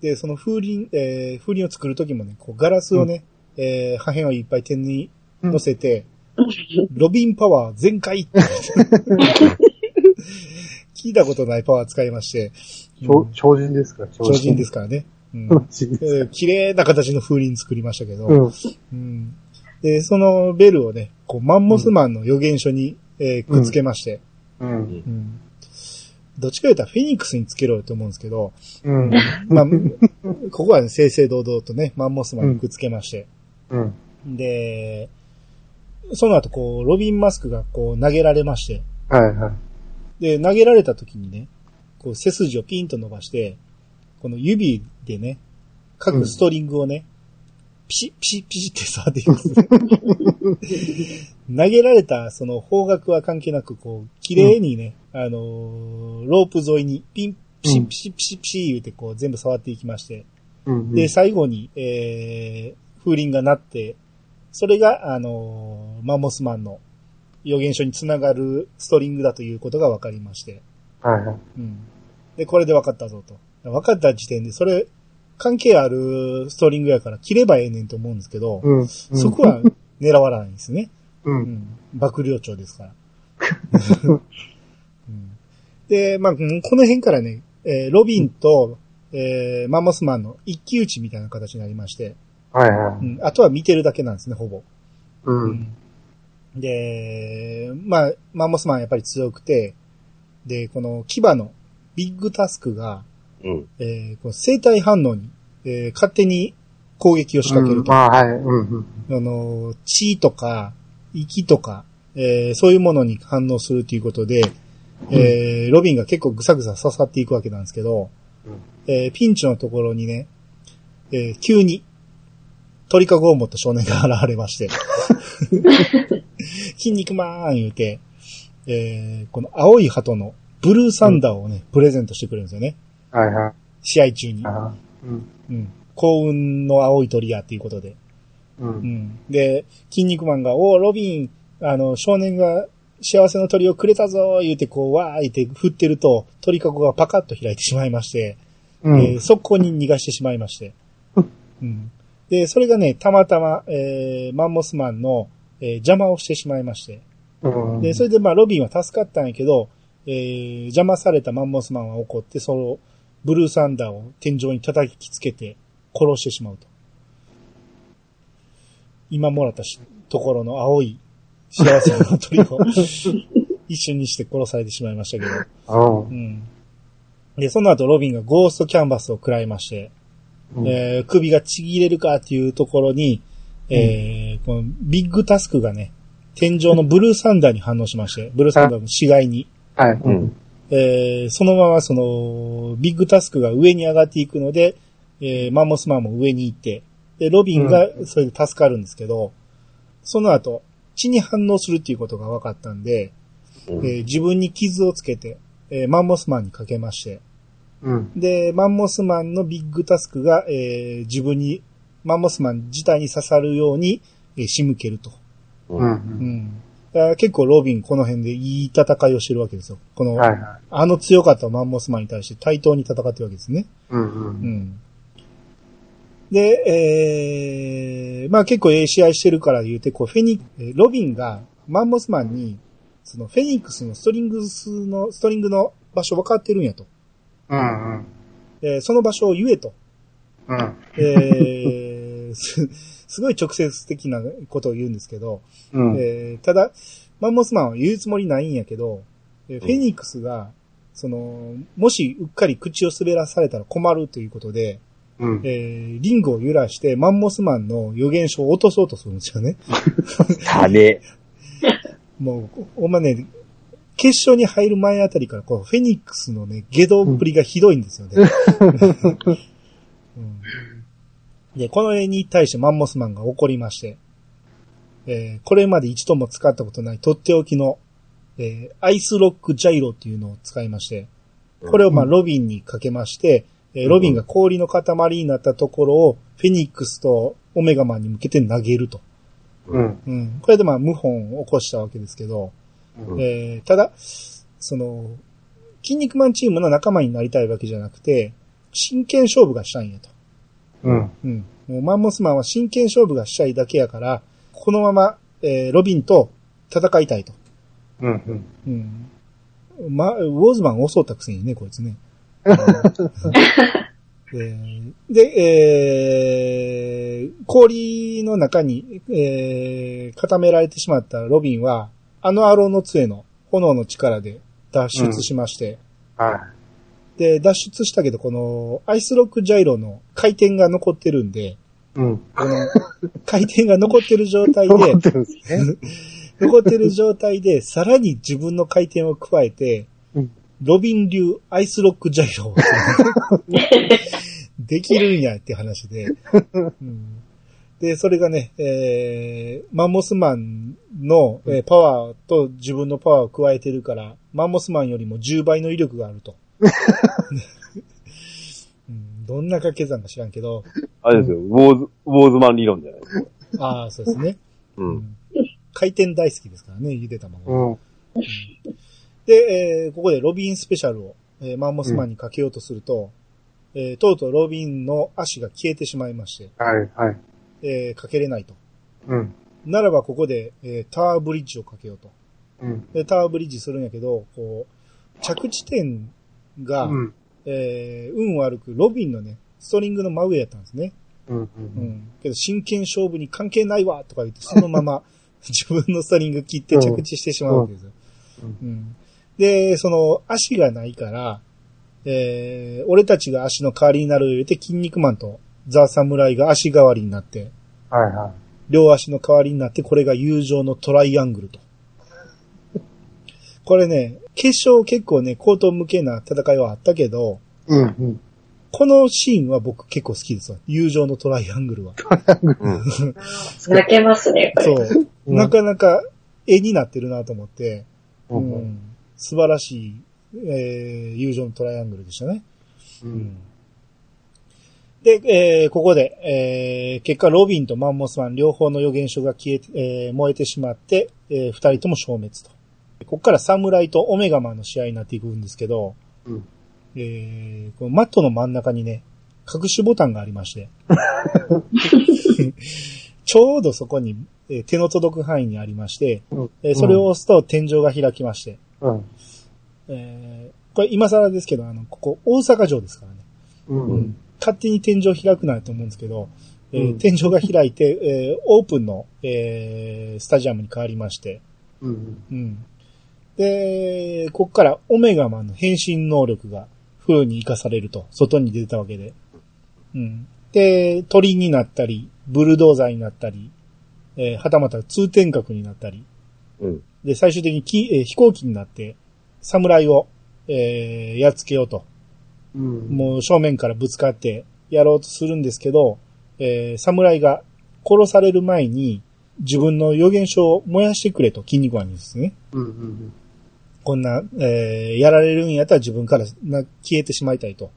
Speaker 1: で、その風鈴、えー風鈴を作る時もね、こうガラスをね、えー破片をいっぱい点に乗せて、ロビンパワー全開
Speaker 3: [LAUGHS]
Speaker 1: って聞いたことないパワー使いまして、
Speaker 3: 超
Speaker 1: うん
Speaker 3: 超人ですから、超
Speaker 1: 超人ですからね。うん
Speaker 3: 超人で
Speaker 1: え
Speaker 3: すから
Speaker 1: ー綺麗な形の風鈴作りましたけど、
Speaker 3: うん。
Speaker 1: うんで、そのベルをね、こう、マンモスマンの予言書に、えーくっつけまして、
Speaker 3: うん。
Speaker 1: うんどっちか言ったらフェニックスにつけろよと思うんですけど、
Speaker 3: うん。 [LAUGHS]
Speaker 1: まあ、ここはね、正々堂々とね、マンモスマンにくっつけまして、
Speaker 3: うん。
Speaker 1: で、その後こう、ロビンマスクがこう、投げられまして、
Speaker 3: はいはい。
Speaker 1: で、投げられた時にね、こう、背筋をピンと伸ばして、この指でね、各ストリングをね、ピシッピシッピシッって触っていきますね。投げられた、その方角は関係なく、こう、綺麗にね、あのーロープ沿いにピン、ピシッピシッピシッピシッ言うて、こう、全部触っていきまして、
Speaker 3: うんうん
Speaker 1: で、最後に、えー、風鈴が鳴って、それが、あのーマンモスマンの予言書につながるストリングだということが分かりまして、
Speaker 3: はいはい。
Speaker 1: うん。で、これで分かったぞと。分かった時点で、それ、関係あるストリングやから切ればええねんと思うんですけど、
Speaker 3: うん。
Speaker 1: そこは狙わないんですね。
Speaker 3: う。
Speaker 1: うんん。幕僚長ですから。うんで、まあ、うんこの辺からね、えーロビンと、えーマンモスマンの一騎打ちみたいな形になりまして、
Speaker 3: はいは
Speaker 1: う
Speaker 3: い。
Speaker 1: ん、あとは見てるだけなんですね、ほぼ。
Speaker 3: う。
Speaker 1: うんんで、まあ、マンモスマンやっぱり強くて、で、この牙のビッグタスクが、
Speaker 2: うん。
Speaker 1: えーこの生体反応に、えー勝手に攻撃を仕掛けると。
Speaker 3: まあはい。うんうん。
Speaker 1: あの、血とか、息とか、えーそういうものに反応するということで、えーロビンが結構ぐさぐさ刺さっていくわけなんですけど、えーピンチのところにね、えー急に、鳥かごを持った少年が現れまして、筋肉マーン言うて、えーこの青い鳩のブルーサンダーをね、プレゼントしてくれるんですよね。
Speaker 3: はいはい。
Speaker 1: 試合中に。
Speaker 3: あーうん。
Speaker 1: うん。幸運の青い鳥やっていうことで。
Speaker 3: う。
Speaker 1: うんん。で、筋肉マンが、おーロビン、あの、少年が幸せの鳥をくれたぞー言うて、こう、わーいって振ってると、鳥かごがパカッと開いてしまいまして、
Speaker 3: う
Speaker 1: えー
Speaker 3: ん。
Speaker 1: 速攻に逃がしてしまいまして。うん。で、それがね、たまたま、えーマンモスマンの、えー邪魔をしてしまいまして。
Speaker 3: うん。
Speaker 1: で、それでまあ、ロビンは助かったんやけど、えー邪魔されたマンモスマンは怒って、その、ブルーサンダーを天井に叩きつけて、殺してしまうと。今もらったしところの青い幸せの鳥を [LAUGHS] 一瞬にして殺されてしまいましたけど。
Speaker 3: うん
Speaker 1: うん。で、その後ロビンがゴーストキャンバスを食らいまして、
Speaker 3: うん
Speaker 1: えー首がちぎれるかっていうところに、えーこのビッグタスクがね、天井のブルーサンダーに反応しまして、ブルーサンダーの死骸に、
Speaker 3: はい。
Speaker 2: う
Speaker 3: うんん。
Speaker 1: えーそのままその、ビッグタスクが上に上がっていくので、えーマンモスマンも上に行って、で、ロビンがそれで助かるんですけど、その後、血に反応するっていうことが分かったんで、
Speaker 2: うん
Speaker 1: えー自分に傷をつけて、えーマンモスマンにかけまして、
Speaker 3: うん。
Speaker 1: で、マンモスマンのビッグタスクが、えー自分に、マンモスマン自体に刺さるように、えー仕向けると。
Speaker 3: う。
Speaker 1: うんん。だから結構ロビンこの辺でいい戦いをしてるわけですよ。この、
Speaker 3: はいはい。
Speaker 1: あの強かったマンモスマンに対して対等に戦ってるわけですね。
Speaker 3: うんう。
Speaker 1: うんん。で、えー、まあ結構ええ試合してるから言うて、こう、フェニえーロビンがマンモスマンに、そのフェニックスのストリングスの、ストリングの場所分かってるんやと。
Speaker 3: うんうん。
Speaker 1: えーその場所を言えと。
Speaker 3: うん。
Speaker 1: えーす、すごい直接的なことを言うんですけど、
Speaker 3: うん。
Speaker 1: えーただ、マンモスマンは言うつもりないんやけど、えーフェニックスが、その、もしうっかり口を滑らされたら困るということで、
Speaker 3: うん
Speaker 1: え。ーリングを揺らしてマンモスマンの予言書を落とそうとするんですよね。
Speaker 2: 種。
Speaker 1: もう、おまね、決勝に入る前あたりから、こう、フェニックスのね、下道っぷりがひどいんですよね。うんで、この絵に対してマンモスマンが怒りまして、えーこれまで一度も使ったことないとっておきの、えーアイスロックジャイロっていうのを使いまして、これをまあ、ロビンにかけまして、えーロビンが氷の塊になったところを、フェニックスとオメガマンに向けて投げると。
Speaker 3: うん。
Speaker 1: うん。これでまあ、謀反を起こしたわけですけど、
Speaker 3: うん
Speaker 1: えーただ、その、筋肉マンチームの仲間になりたいわけじゃなくて、真剣勝負がしたいんやと。
Speaker 3: うん。
Speaker 1: うん。もうマンモスマンは真剣勝負がしたいだけやから、このまま、えーロビンと戦いたいと。
Speaker 3: うん。
Speaker 1: うん。ま、ウォーズマンを襲ったくせにね、こいつね。えーで、えー氷の中に、えー固められてしまったロビンは、あのアローの杖の炎の力で脱出しまして、
Speaker 3: は
Speaker 1: で、脱出したけど、この、アイスロックジャイロの回転が残ってるんで、
Speaker 3: い。うん。
Speaker 1: この回転が残ってる状態で、
Speaker 3: 残ってるんですね。
Speaker 1: 残ってる状態で、さらに自分の回転を加えて、
Speaker 3: うん
Speaker 1: ロビン流アイスロックジャイロを [LAUGHS] できるんやって話で、うんで、それがね、えー、マンモスマンの、えーパワーと自分のパワーを加えてるから、マンモスマンよりも10倍の威力があると。うんどんな掛け算か知らんけど、
Speaker 2: あれですよ、ウォーズ、ウォーズマン理論じゃないですか。
Speaker 1: ああ、そうですね。
Speaker 2: う。
Speaker 1: うんん回転大好きですからね、ゆで卵が。
Speaker 3: うん。
Speaker 1: で、えーここでロビンスペシャルを、えーマンモスマンにかけようとすると、えーとうとうロビンの足が消えてしまいまして、
Speaker 3: はい、はい。
Speaker 1: えーかけれないと。
Speaker 3: うん。
Speaker 1: ならばここで、えータワーブリッジをかけようと。
Speaker 3: うん。
Speaker 1: で、タワーブリッジするんやけど、こう、着地点が、
Speaker 3: うん。
Speaker 1: えー運悪くロビンのね、ストリングの真上やったんですね。
Speaker 3: うん。
Speaker 1: う
Speaker 3: うん。
Speaker 1: ん。けど、真剣勝負に関係ないわとか言って、そのま
Speaker 3: [LAUGHS]
Speaker 1: ま自分のストリング切って着地してしまうわけですよ。う。
Speaker 3: うん
Speaker 1: で、その、足がないから、えー、俺たちが足の代わりになるを入れて、筋肉マンとザ・サムライが足代わりになって、
Speaker 3: はい、は
Speaker 1: 両足の代わりになって、これが友情のトライアングルと。これね、決勝結構ね、高等無形な戦いはあったけど、
Speaker 3: い。うん。うん。
Speaker 1: このシーンは僕結構好きですわ。友情のトライアングルは。
Speaker 2: うん。
Speaker 5: 泣けますね、これ。
Speaker 1: [LAUGHS] そう。
Speaker 3: うん
Speaker 1: なかなか絵になってるなと思って、
Speaker 3: う。
Speaker 1: うんん素晴らしい、えー友情のトライアングルでしたね。
Speaker 3: うん。
Speaker 1: で、えーここで、えー結果、ロビンとマンモスマン両方の予言書が消えて、えー燃えてしまって、えー二人とも消滅と。ここから侍とオメガマンの試合になっていくんですけど、
Speaker 3: うん
Speaker 1: えーこのマットの真ん中にね、隠しボタンがありま
Speaker 3: [LAUGHS]
Speaker 1: して、 [LAUGHS] ちょうどそこに、えー手の届く範囲にありまして、
Speaker 3: うん
Speaker 1: えーそれを押すと天井が開きまして、
Speaker 3: うん。
Speaker 1: えーこれ今更ですけど、あの、ここ大阪城ですからね。
Speaker 3: うん。
Speaker 1: 勝手に天井開くなと思うんですけど、えー
Speaker 3: うん
Speaker 1: 天井が開いて、えーオープンの、えースタジアムに変わりまして、
Speaker 3: うん。
Speaker 1: うん。で、ここからオメガマンの変身能力がフルに活かされると、外に出たわけで。うん。で、鳥になったり、ブルドーザーになったり、えーはたまた通天閣になったり、
Speaker 2: うん。
Speaker 1: で、最終的にき、えー飛行機になって、侍を、えーやっつけようと。
Speaker 3: うん。
Speaker 1: もう正面からぶつかってやろうとするんですけど、えー侍が殺される前に自分の予言書を燃やしてくれと、筋肉マンにですね。
Speaker 3: うん。うん。
Speaker 1: こんな、えーやられるんやったら自分からな消えてしまいたいと。っ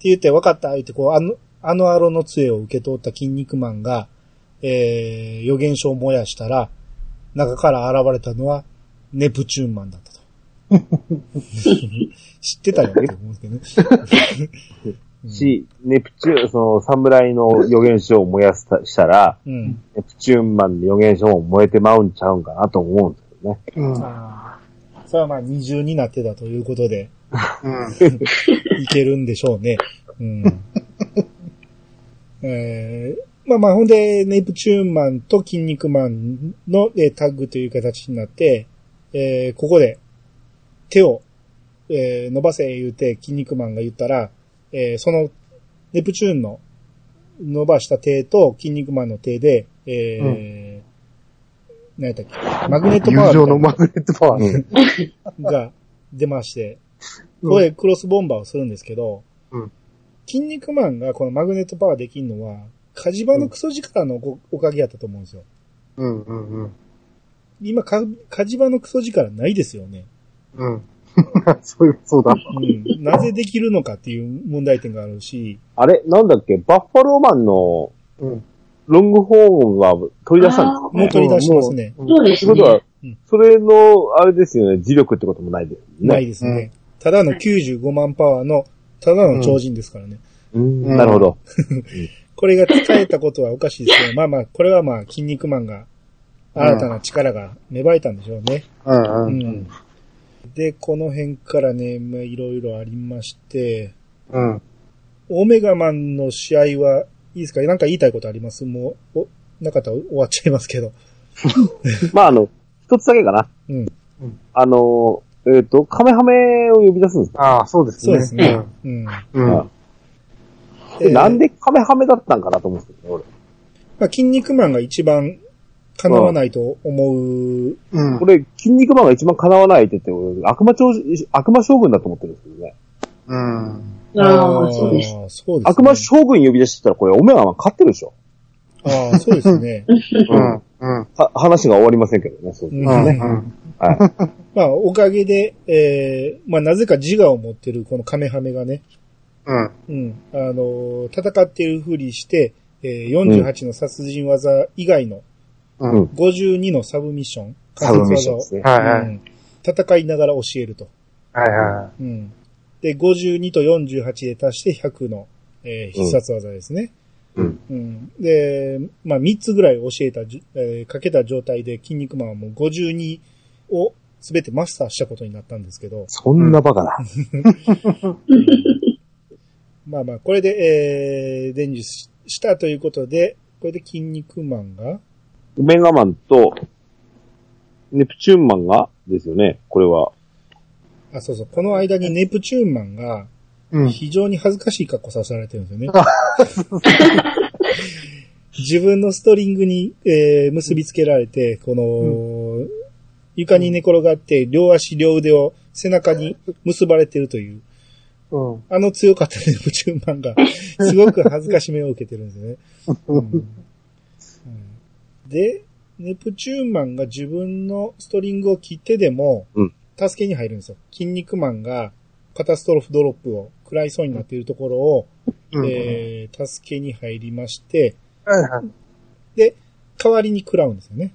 Speaker 1: て言って、分かった、言って、こう、あの、あのアロの杖を受け取った筋肉マンが、えー、予言書を燃やしたら、中から現れたのは、ネプチューンマンだったと。知ってたよって思うんですけどね。
Speaker 2: し、ネプチューン、その、侍の予言書を燃やしたしたら、
Speaker 1: うん。
Speaker 2: ネプチューンマンの予言書も燃えてまうんちゃうんかなと思うんですけどね。
Speaker 3: うん。
Speaker 1: ああ。それはまあ二重になってたということで、
Speaker 3: うん。
Speaker 1: いけるんでしょうね。うん。えーまあまあ、ほんで、ネプチューンマンと筋肉マンの、えータッグという形になって、えーここで手を、えー伸ばせ言うて筋肉マンが言ったら、えーそのネプチューンの伸ばした手と筋肉マンの手で、えー何やったっけマグネットパワーみた
Speaker 3: 友
Speaker 1: いな
Speaker 3: 情のマグネットパワーね。
Speaker 1: が出まして、
Speaker 3: うん
Speaker 1: ここでクロスボンバーをするんですけど、
Speaker 3: うん
Speaker 1: 筋肉マンがこのマグネットパワーできるのは、火事場のクソ力のごおかげやったと思うんですよ。
Speaker 3: うん。うん。うん。
Speaker 1: 今、か火事場のクソ力ないですよね。
Speaker 3: うん。そういう、そうだ。
Speaker 1: うん。なぜできるのかっていう問題点があるし、
Speaker 2: あれなんだっけバッファローマンの
Speaker 3: うん。
Speaker 2: ロングホームは取り出したんですかね
Speaker 1: もう取り出しますね。
Speaker 5: そうで
Speaker 2: って
Speaker 5: す
Speaker 2: ことは
Speaker 5: ね。、
Speaker 2: それの、あれですよね、磁力ってこともないですよね。
Speaker 1: ないですね。ただの95万パワーの、ただの超人ですから
Speaker 2: うん
Speaker 1: ね。
Speaker 3: うん
Speaker 2: なるほど。
Speaker 1: これが使えたことはおかしいですけど、まあまあ、これはまあ、筋肉マンが、新たな力が芽生えたんでしょうね。
Speaker 3: うん。
Speaker 1: う
Speaker 3: うん
Speaker 1: ん。で、この辺からね、まあ、いろいろありまして、
Speaker 3: うん。
Speaker 1: オメガマンの試合はいいですかなんか言いたいことありますもう、お、なかったら終わっちゃいますけど。
Speaker 2: [LAUGHS] まあ、あの、一つだけかな。
Speaker 1: うん
Speaker 3: うん
Speaker 2: あの、えっ、と、カメハメを呼び出すんですか、
Speaker 3: ああ、そうです
Speaker 1: そ
Speaker 3: ね。
Speaker 1: うですね。うん。
Speaker 3: うん。
Speaker 1: えー
Speaker 2: なんでカメハメだったんかなと思うんですけどね、
Speaker 1: まあ、筋肉マンが一番叶わないと思う、
Speaker 3: うん。
Speaker 2: 俺。これ、筋肉マンが一番叶わない相手って、俺悪魔超人、悪魔将軍だと思ってるんですけどね。
Speaker 3: うん。
Speaker 5: ああ、そうです。
Speaker 1: そうですね
Speaker 2: 悪魔将軍呼び出してたら、これ、オメガマン勝ってるでしょ。
Speaker 1: ああ、そうです [LAUGHS] ね。
Speaker 3: うん、うん、
Speaker 4: は話が終わりませんけどね、そう
Speaker 1: う
Speaker 4: で
Speaker 1: ん
Speaker 3: う
Speaker 4: すね。
Speaker 3: ん、うん。
Speaker 4: はい。
Speaker 1: まあ、おかげで、ええまあ、なぜか自我を持ってるこのカメハメがね、
Speaker 3: うん。
Speaker 1: うん、あのー戦っているふりして、えー48の殺人技以外の
Speaker 3: う。
Speaker 4: うんん
Speaker 1: 52のサブミッション、
Speaker 4: サブミッションですね。
Speaker 3: はいは
Speaker 1: う
Speaker 3: い。
Speaker 1: ん、戦いながら教えると。
Speaker 3: はいは
Speaker 1: うん、で、52と48で足して100の、えー必殺技ですね。
Speaker 4: うん
Speaker 1: うんで、まあ、3つぐらい教えたじ、えーかけた状態で、筋肉マンはもう52を全てマスターしたことになったんですけど、
Speaker 4: そんなバカな。
Speaker 1: まあまあ、これで、えー、伝授ししたということで、これで筋肉マンが、
Speaker 4: オメガマンと、ネプチューンマンが、ですよね、これは。
Speaker 1: あ、そうそう、この間にネプチューンマンが、
Speaker 3: い。うん。
Speaker 1: 非常に恥ずかしい格好させられてるんですよね。自分のストリングに、えー結びつけられて、この、床に寝転がって、両足両腕を背中に結ばれてるという、
Speaker 3: うん。
Speaker 1: あの強かった [LAUGHS] ネプチューンマンが、すごく恥ずかしめを受けてるんですよね。うんで、ネプチューンマンが自分のストリングを切ってでも
Speaker 4: うん、
Speaker 1: 助けに入るんですよ。筋肉マンがカタストロフドロップを食らいそうになっているところを、
Speaker 3: うん。
Speaker 1: えー助けに入りまして、
Speaker 3: はいはい。
Speaker 1: 代わりに食らうんですよね。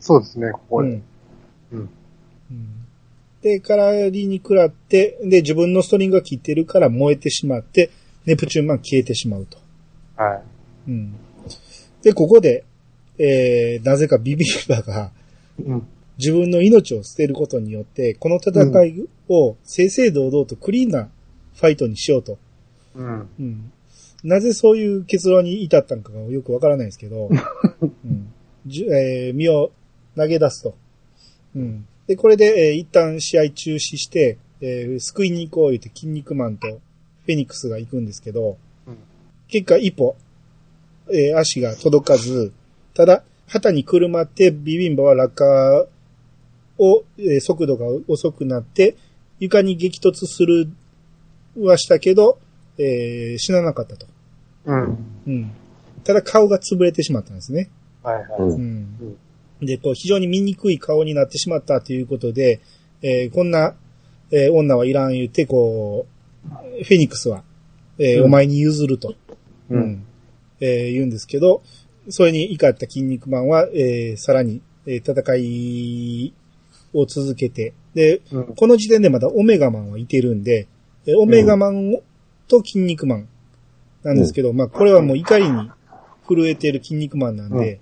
Speaker 3: そうですね、ここ
Speaker 1: う
Speaker 3: で。
Speaker 1: ん
Speaker 3: うん
Speaker 1: うんで、代わりに食らって、で、自分のストリングが切ってるから燃えてしまって、ネプチューンマン消えてしまうと。
Speaker 3: はい。
Speaker 1: うんで、ここで、えーなぜかビビリバが、
Speaker 3: うん。
Speaker 1: 自分の命を捨てることによって、この戦いを正々堂々とクリーンなファイトにしようと。
Speaker 3: うん。
Speaker 1: うんなぜそういう結論に至ったのかがよくわからないですけ
Speaker 3: [LAUGHS]
Speaker 1: ど、うんじゅえー身を投げ出すと。うんで、これで、えー一旦試合中止して、えー救いに行こう言って筋肉マンとフェニックスが行くんですけど、
Speaker 3: うん
Speaker 1: 結果一歩、えー足が届かず、ただ、旗にくるまってビビンバは落下を、えー速度が遅くなって、床に激突するはしたけど、えー死ななかったと。
Speaker 3: うん。
Speaker 1: うん。ただ顔が潰れてしまったんですね。
Speaker 3: はいはい。
Speaker 4: うん
Speaker 1: うん。で、こう、非常に醜い顔になってしまったということで、えーこんな、えー女はいらん言って、こう、フェニックスは、えー
Speaker 3: うん
Speaker 1: お前に譲ると、
Speaker 3: うん
Speaker 1: えー言うんですけど、それに怒った筋肉マンは、えーさらに、えー戦いを続けて、で、
Speaker 3: うん。
Speaker 1: この時点でまだオメガマンはいてるんで、えオメガマンをと筋肉マンなんですけど、まあこれはもう怒りに震えてる筋肉マンなんで、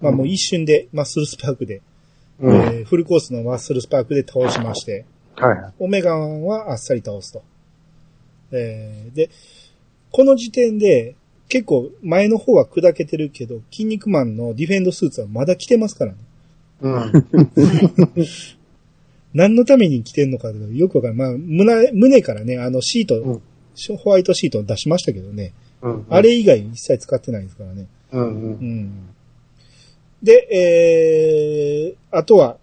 Speaker 1: まあもう一瞬でマッスルスパークで、
Speaker 3: うん。
Speaker 1: え
Speaker 3: はい
Speaker 1: ーフルコースのマッスルスパークで倒しまして、
Speaker 3: はい。
Speaker 1: オメガマンはあっさり倒すと。えーで、この時点で結構前の方は砕けてるけど、筋肉マンのディフェンドスーツはまだ着てますからね。
Speaker 3: うん。
Speaker 1: 何のために着てんのかよくわかんない。まあ、胸、胸からね、あのシート、
Speaker 3: うん
Speaker 1: ショホワイトシートを出しましたけどね。
Speaker 3: うん。
Speaker 1: あれ以外一切使ってないですからね。
Speaker 3: うん。う。
Speaker 1: うんん。で、えー、あとは、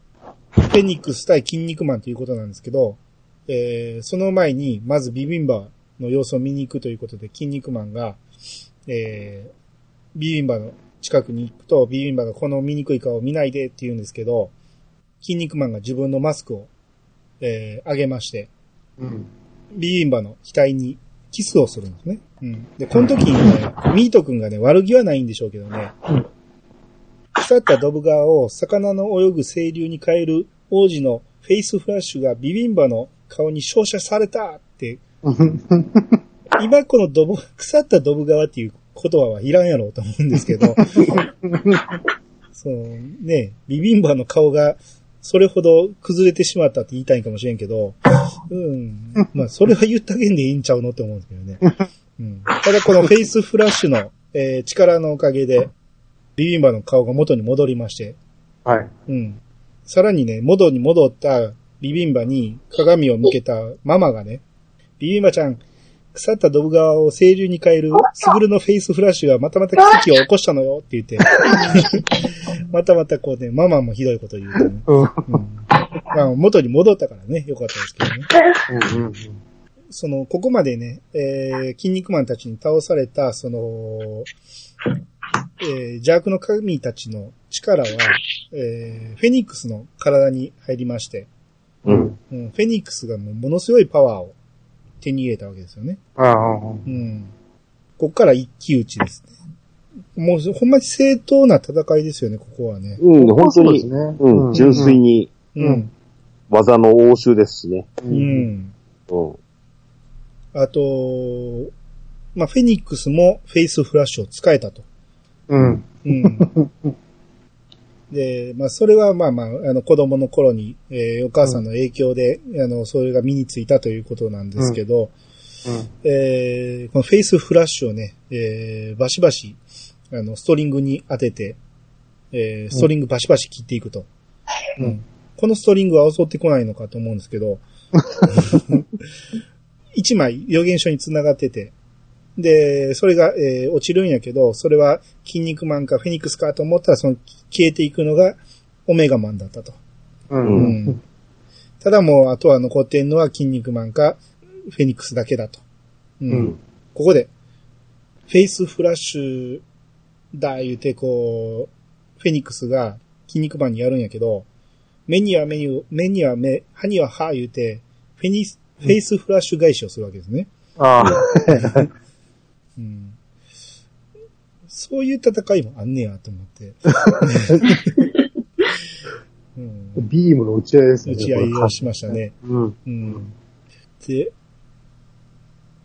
Speaker 1: フェニックス対筋肉マンということなんですけど、えー、その前に、まずビビンバの様子を見に行くということで、筋肉マンが、えー、ビビンバの近くに行くと、ビビンバがこの醜い顔を見ないでって言うんですけど、筋肉マンが自分のマスクを、えー、上げまして、
Speaker 3: うん。
Speaker 1: ビビンバの額にキスをするんですね。うん。で、この時にね、ミート君がね、悪気はないんでしょうけどね、腐ったドブ川を魚の泳ぐ清流に変える王子のフェイスフラッシュがビビンバの顔に照射されたって、今このドブ、腐ったドブ川っていう言葉はいらんやろうと思うんですけど、そのね、ビビンバの顔がそれほど崩れてしまったって言いたいんかもしれんけど、うん。まあ、それは言ったげんでいいんちゃうのって思うんですけどね。うん。ただこのフェイスフラッシュの、えー力のおかげで、ビビンバの顔が元に戻りまして、
Speaker 3: はい。
Speaker 1: うん。さらにね、元に戻ったビビンバに鏡を向けたママがね、ビビンバちゃん、腐ったドブ川を清流に変える、スグルのフェイスフラッシュがまたまた奇跡を起こしたのよって言って、またまたこうね、ママもひどいこと言うとね、
Speaker 3: うん。
Speaker 1: う
Speaker 3: うん。
Speaker 1: んまあ、元に戻ったからね、よかったですけどね。
Speaker 3: うん。
Speaker 1: その、ここまでね、えー、筋肉マンたちに倒された、その、えー邪悪の神たちの力は、えーフェニックスの体に入りまして、
Speaker 4: うん。
Speaker 1: うん、フェニックスがもうものすごいパワーを手に入れたわけですよね。
Speaker 3: ああ、うん
Speaker 1: うん。こっから一騎打ちですね。もうほんまに正当な戦いですよね、ここはね。
Speaker 4: うん、本当
Speaker 3: そうで
Speaker 4: に
Speaker 3: す、ね。
Speaker 4: うん、純粋。に
Speaker 1: うん。
Speaker 4: 技の応酬ですしね。
Speaker 3: う
Speaker 1: うん。
Speaker 3: ん。
Speaker 4: うん。
Speaker 1: あと、まあ、フェニックスもフェイスフラッシュを使えたと。
Speaker 3: うん。
Speaker 1: うん。で、まあ、それはまあまあ、あの、子供の頃に、えーお母さんの影響で、あの、それが身についたということなんですけど、えーこのフェイスフラッシュをね、えーバシバシ、あの、ストリングに当てて、えーストリングバシバシ切っていくと。
Speaker 3: うん
Speaker 1: このストリングは襲ってこないのかと思うんですけど、一枚予言書に繋がってて、で、それが、えー落ちるんやけど、それは筋肉マンかフェニックスかと思ったら、その消えていくのがオメガマンだったと。
Speaker 3: うん。
Speaker 4: う
Speaker 1: うんただもう、あとは残ってんのは筋肉マンかフェニックスだけだと。うん
Speaker 3: うん
Speaker 1: ここで、フェイスフラッシュだ言うて、こう、フェニックスが筋肉マンにやるんやけど、目には目に、目には目、歯には歯言うて、フェニス、フェイスフラッシュ返しをするわけですね。
Speaker 3: ああ、
Speaker 1: うんそういう戦いもあんねやと思
Speaker 3: [LAUGHS]
Speaker 1: って。
Speaker 3: [LAUGHS]
Speaker 1: うん
Speaker 3: ビームの打ち合いですね。
Speaker 1: 打ち合いをしましたね。
Speaker 3: うん。
Speaker 1: うん、で、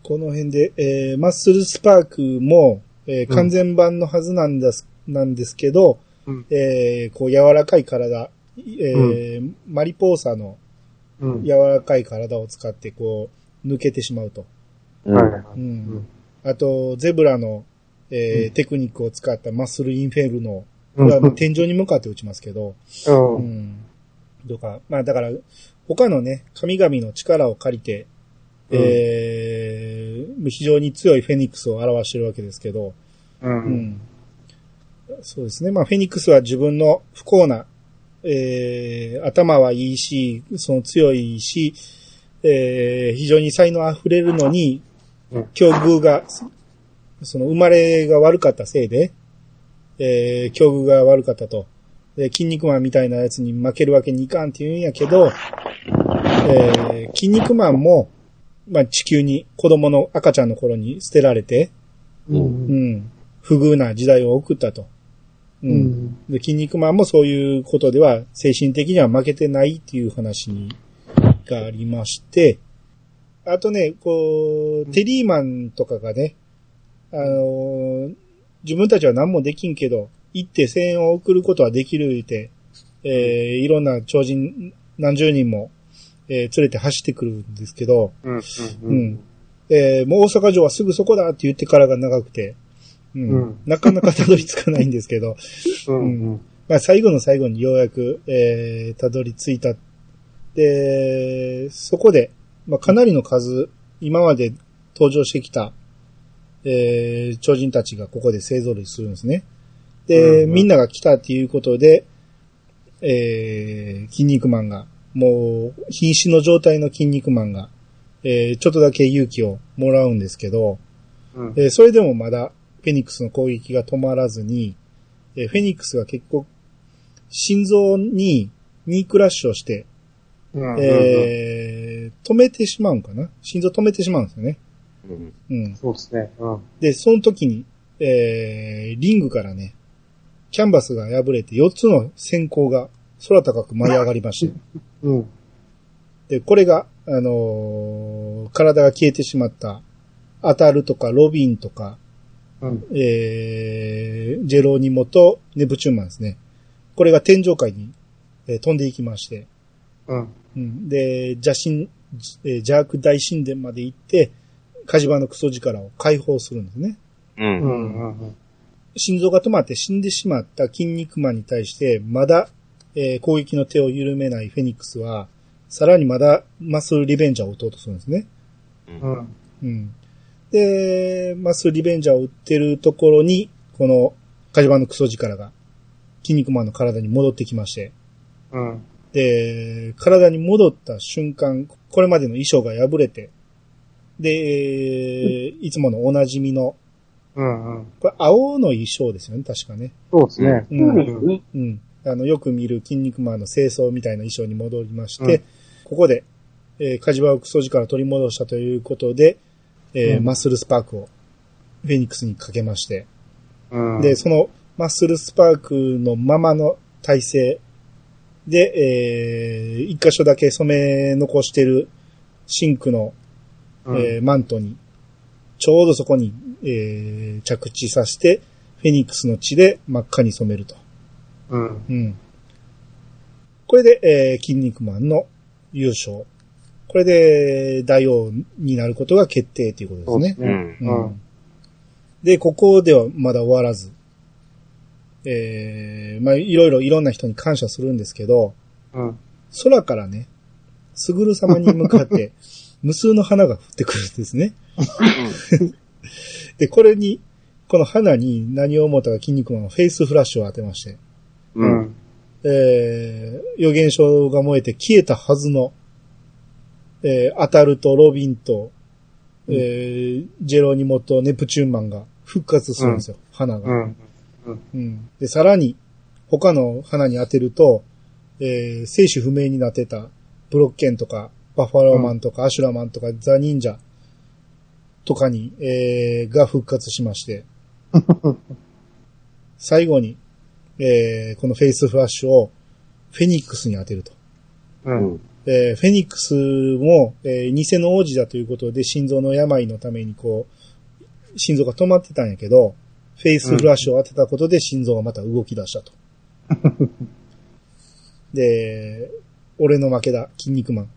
Speaker 1: この辺で、えーマッスルスパークも、えー完全版のはずなんです、なんですけど、
Speaker 3: うん
Speaker 1: えーこう柔らかい体、えーマリポーサの
Speaker 3: うん。
Speaker 1: 柔らかい体を使ってこう抜けてしまうと。
Speaker 4: うん
Speaker 3: はい。
Speaker 1: うんあと、ゼブラの、えー
Speaker 3: うん
Speaker 1: テクニックを使ったマッスルインフェルノ。
Speaker 3: う
Speaker 1: こ
Speaker 3: ん
Speaker 1: れは天井に向かって打ちますけど、う
Speaker 3: うん。
Speaker 1: ん。とか、まあだから、他のね、神々の力を借りて、えー非常に強いフェニックスを表してるわけですけど、
Speaker 3: う。
Speaker 1: うんん。そうですね。まあフェニックスは自分の不幸な、えー頭はいいし、その強いし、えー非常に才能あふれるのに
Speaker 3: うん、
Speaker 1: 境遇が、その生まれが悪かったせいで、えー境遇が悪かったと。で、筋肉マンみたいなやつに負けるわけにいかんって言うんやけど、えー筋肉マンも、まあ、地球に子供の赤ちゃんの頃に捨てられて、
Speaker 3: う。
Speaker 1: うんん、不遇な時代を送ったと。
Speaker 3: う
Speaker 1: うん
Speaker 3: ん。
Speaker 1: で、筋肉マンもそういうことでは精神的には負けてないっていう話に、がありまして、あとね、こう、テリーマンとかがね、あのー自分たちは何もできんけど、行って声援を送ることはできる言うて、えーいろんな超人何十人も、えー連れて走ってくるんですけど、
Speaker 3: うん。
Speaker 1: う。ん。えーもう大阪城はすぐそこだって言ってからが長くて、うん。
Speaker 3: うん
Speaker 1: なかなかたどり着かないんですけど、
Speaker 3: うん。
Speaker 1: まあ最後の最後にようやく、えーたどり着いた。で、そこで、まあかなりの数、今まで登場してきた、えー超人たちがここで勢ぞろいするんですね。で、
Speaker 3: うんうん
Speaker 1: みんなが来たっていうことで、えー、筋肉マンが、もう、瀕死の状態の筋肉マンが、えーちょっとだけ勇気をもらうんですけど、
Speaker 3: うん。
Speaker 1: えーそれでもまだ、フェニックスの攻撃が止まらずに、えーフェニックスが結構、心臓に、ニークラッシュをして、
Speaker 3: うん。
Speaker 1: えー止めてしまうんかな心臓止めてしまうんですよね。
Speaker 4: うん
Speaker 1: うん。
Speaker 3: そうですね。うん。
Speaker 1: で、その時に、えーリングからね、キャンバスが破れて4つの閃光が空高く舞い上がりました。
Speaker 3: うん。
Speaker 1: で、これが、あのー体が消えてしまった、アタルとかロビンとか、
Speaker 3: うん。
Speaker 1: えー、ジェローニモとネプチューンマンですね。これが天上界に、えー飛んでいきまして、
Speaker 3: うん。
Speaker 1: うん、で、邪神、えー邪悪大神殿まで行って、火事場のクソ力を解放するんですね。
Speaker 2: うん。
Speaker 3: うん。
Speaker 1: 心臓が止まって死んでしまった筋肉マンに対して、まだ、えー攻撃の手を緩めないフェニックスは、さらにまだマッスルリベンジャーを打とうとするんですね。
Speaker 3: うん。
Speaker 1: うん。で、マッスルリベンジャーを打ってるところに、この、カジバのクソ力が、筋肉マンの体に戻ってきまして、
Speaker 3: うん。
Speaker 1: で、体に戻った瞬間、これまでの衣装が破れて、で、いつものおなじみの、
Speaker 3: うんうん。
Speaker 1: これ、青の衣装ですよね、確かね。
Speaker 3: そうですね。
Speaker 1: う。
Speaker 4: そうんですね。
Speaker 1: うん。あの、よく見る筋肉マンの清掃みたいな衣装に戻りまして、ここで、えー、カジバをクソ力を取り戻したということで、えー
Speaker 3: うん
Speaker 1: マッスルスパークをフェニックスにかけまして、
Speaker 3: うん。
Speaker 1: で、そのマッスルスパークのままの体勢で、えー、一箇所だけ染め残してるシンクの、
Speaker 3: うん、
Speaker 1: えーマントに、ちょうどそこに、えー、着地させて、フェニックスの血で真っ赤に染めると。
Speaker 3: うん。
Speaker 1: うん。これで、えー、筋肉マンの優勝。これで、大王になることが決定ということ
Speaker 3: そう
Speaker 1: で
Speaker 3: です
Speaker 1: ね
Speaker 3: す。ね。うん
Speaker 1: で、ここではまだ終わらず、えー、まあ、いろいろいろんな人に感謝するんですけど、
Speaker 3: うん。
Speaker 1: 空からね、すぐる様に向か
Speaker 3: [LAUGHS]
Speaker 1: って、無数の花が降ってくるんですね。 [LAUGHS] で、これに、この花に何を思ったか筋肉マンはフェイスフラッシュを当てまして、
Speaker 3: う
Speaker 4: うん。
Speaker 3: ん。
Speaker 1: えー、予言書が燃えて消えたはずの、えー、アタルとロビンと、えー、ジェロニモとネプチューンマンが復活するんですよ、花が。
Speaker 3: うん。
Speaker 1: うん。で、さらに、他の花に当てると、えー、生死不明になってた、ブロッケンとか、バファローマンとか、アシュラマンとか、ザ・忍者とかに、えー、が復活しまして、最後に、えー、このフェイスフラッシュを、フェニックスに当てると。
Speaker 3: うん。
Speaker 1: えーフェニックスも、えー偽の王子だということで、心臓の病のためにこう、心臓が止まってたんやけど、フェイスフラッシュを当てたことで心臓がまた動き出したと。 [LAUGHS] で、俺の負けだ、筋肉マン。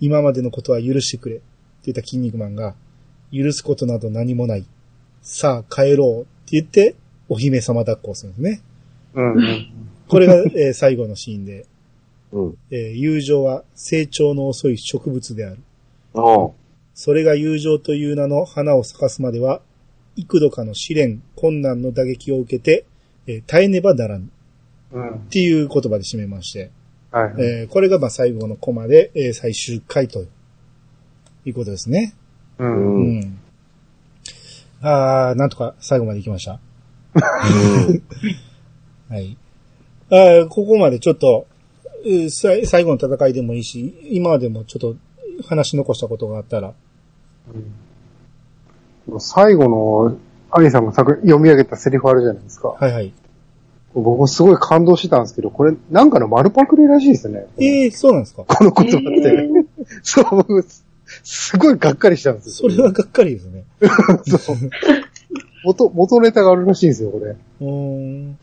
Speaker 1: 今までのことは許してくれ。って言った筋肉マンが、許すことなど何もない。さあ帰ろう。って言って、お姫様抱っこをするんですね。
Speaker 3: うん。
Speaker 1: これが、えー最後のシーンで、
Speaker 4: うん
Speaker 1: えー友情は成長の遅い植物である。
Speaker 4: ああ。
Speaker 1: それが友情という名の花を咲かすまでは、幾度かの試練、困難の打撃を受けて、えー耐えねばならぬ。
Speaker 3: うん。
Speaker 1: っていう言葉で締めまして、
Speaker 3: はい。
Speaker 1: えーこれがまあ最後のコマで、えー最終回ということですね。
Speaker 3: う。
Speaker 4: うん。
Speaker 1: うんん。あー、なんとか最後まで行きました。はい。あーここまでちょっと、うーさい最後の戦いでもいいし、今までもちょっと話し残したことがあったら。
Speaker 3: 最後の、アニさんが作読み上げたセリフあるじゃないですか。
Speaker 1: はいはい。
Speaker 3: 僕もすごい感動してたんですけど、これ、なんかの丸パクリらしいですね。
Speaker 1: ええー、そうなんですか
Speaker 3: この言葉っ
Speaker 5: え
Speaker 3: て。
Speaker 5: ー
Speaker 3: [LAUGHS] そう、僕、すごいがっかりしたんです
Speaker 1: そ
Speaker 3: よ。
Speaker 1: れはがっかりですね。
Speaker 3: そう。元、元ネタがあるらしいんですよ、これ。
Speaker 1: うーん。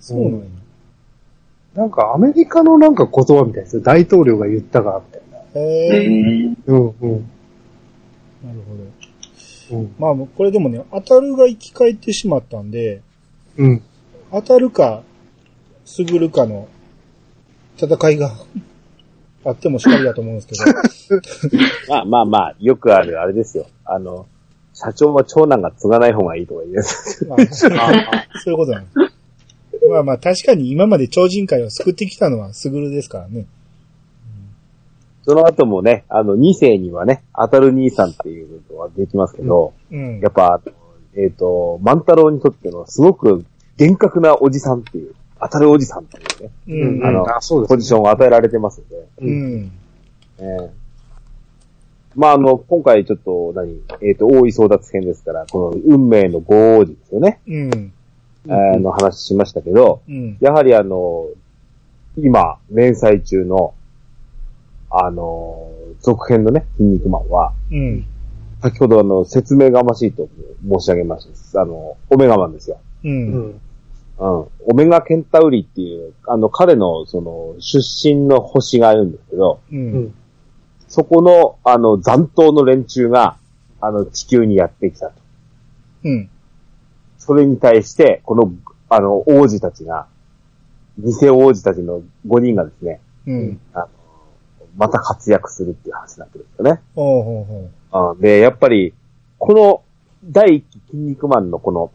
Speaker 1: そうなんや。
Speaker 3: なんかアメリカのなんか言葉みたいですよ。大統領が言ったが、みたいな。
Speaker 1: へ
Speaker 5: え
Speaker 1: え
Speaker 5: ー
Speaker 3: う
Speaker 1: ー。
Speaker 3: ん、うん。
Speaker 1: なるほど。
Speaker 3: うん。
Speaker 1: まあもう、これでもね、当たるが生き返ってしまったんで、
Speaker 3: うん。
Speaker 1: 当たるか、すぐるかの戦いが [LAUGHS] あってもしかりだと思うんですけど。
Speaker 4: まあまあまあ、よくある、あれですよ。あの、社長は長男が継がない方がいいとか言うやつ。
Speaker 1: まあ、そういうことなの。まあまあ、確かに今まで超人界を救ってきたのはスグルですからね。
Speaker 4: [LAUGHS] その後もね、あの、2世にはね、当たる兄さんっていうのはできますけど、
Speaker 1: うん
Speaker 4: や。っぱ、えっ、と、万太郎にとってのすごく厳格なおじさんっていう、当たるおじさんっていうね、
Speaker 1: うん。
Speaker 4: あの
Speaker 3: あ、そうです、
Speaker 4: ポジションを与えられてますんで。
Speaker 1: うん。
Speaker 4: ええまあ、あの、今回ちょっと何、えっ、と、王位争奪編ですから、この運命の五王子ですよね、
Speaker 1: うん。
Speaker 4: えーの話しましたけど、
Speaker 1: うん。
Speaker 4: やはりあの、今、連載中の、あの、続編のね、筋肉マンは、
Speaker 1: うん。
Speaker 4: 先ほどあの、説明がましいと申し上げました。あの、オメガマンですよ。
Speaker 1: う。
Speaker 3: うんん。
Speaker 4: うん。オメガケンタウリっていう、あの、彼の、その、出身の星があるんですけど、
Speaker 1: うん。
Speaker 4: そこの、あの、残党の連中が、あの、地球にやってきたと。
Speaker 1: うん。
Speaker 4: それに対して、この、あの、王子たちが、偽王子たちの5人がですね、
Speaker 1: うん。
Speaker 4: また活躍するっていう話になってるんですよね。
Speaker 1: ほうほうほ
Speaker 4: あで、やっぱり、この、第一期筋肉マンのこの、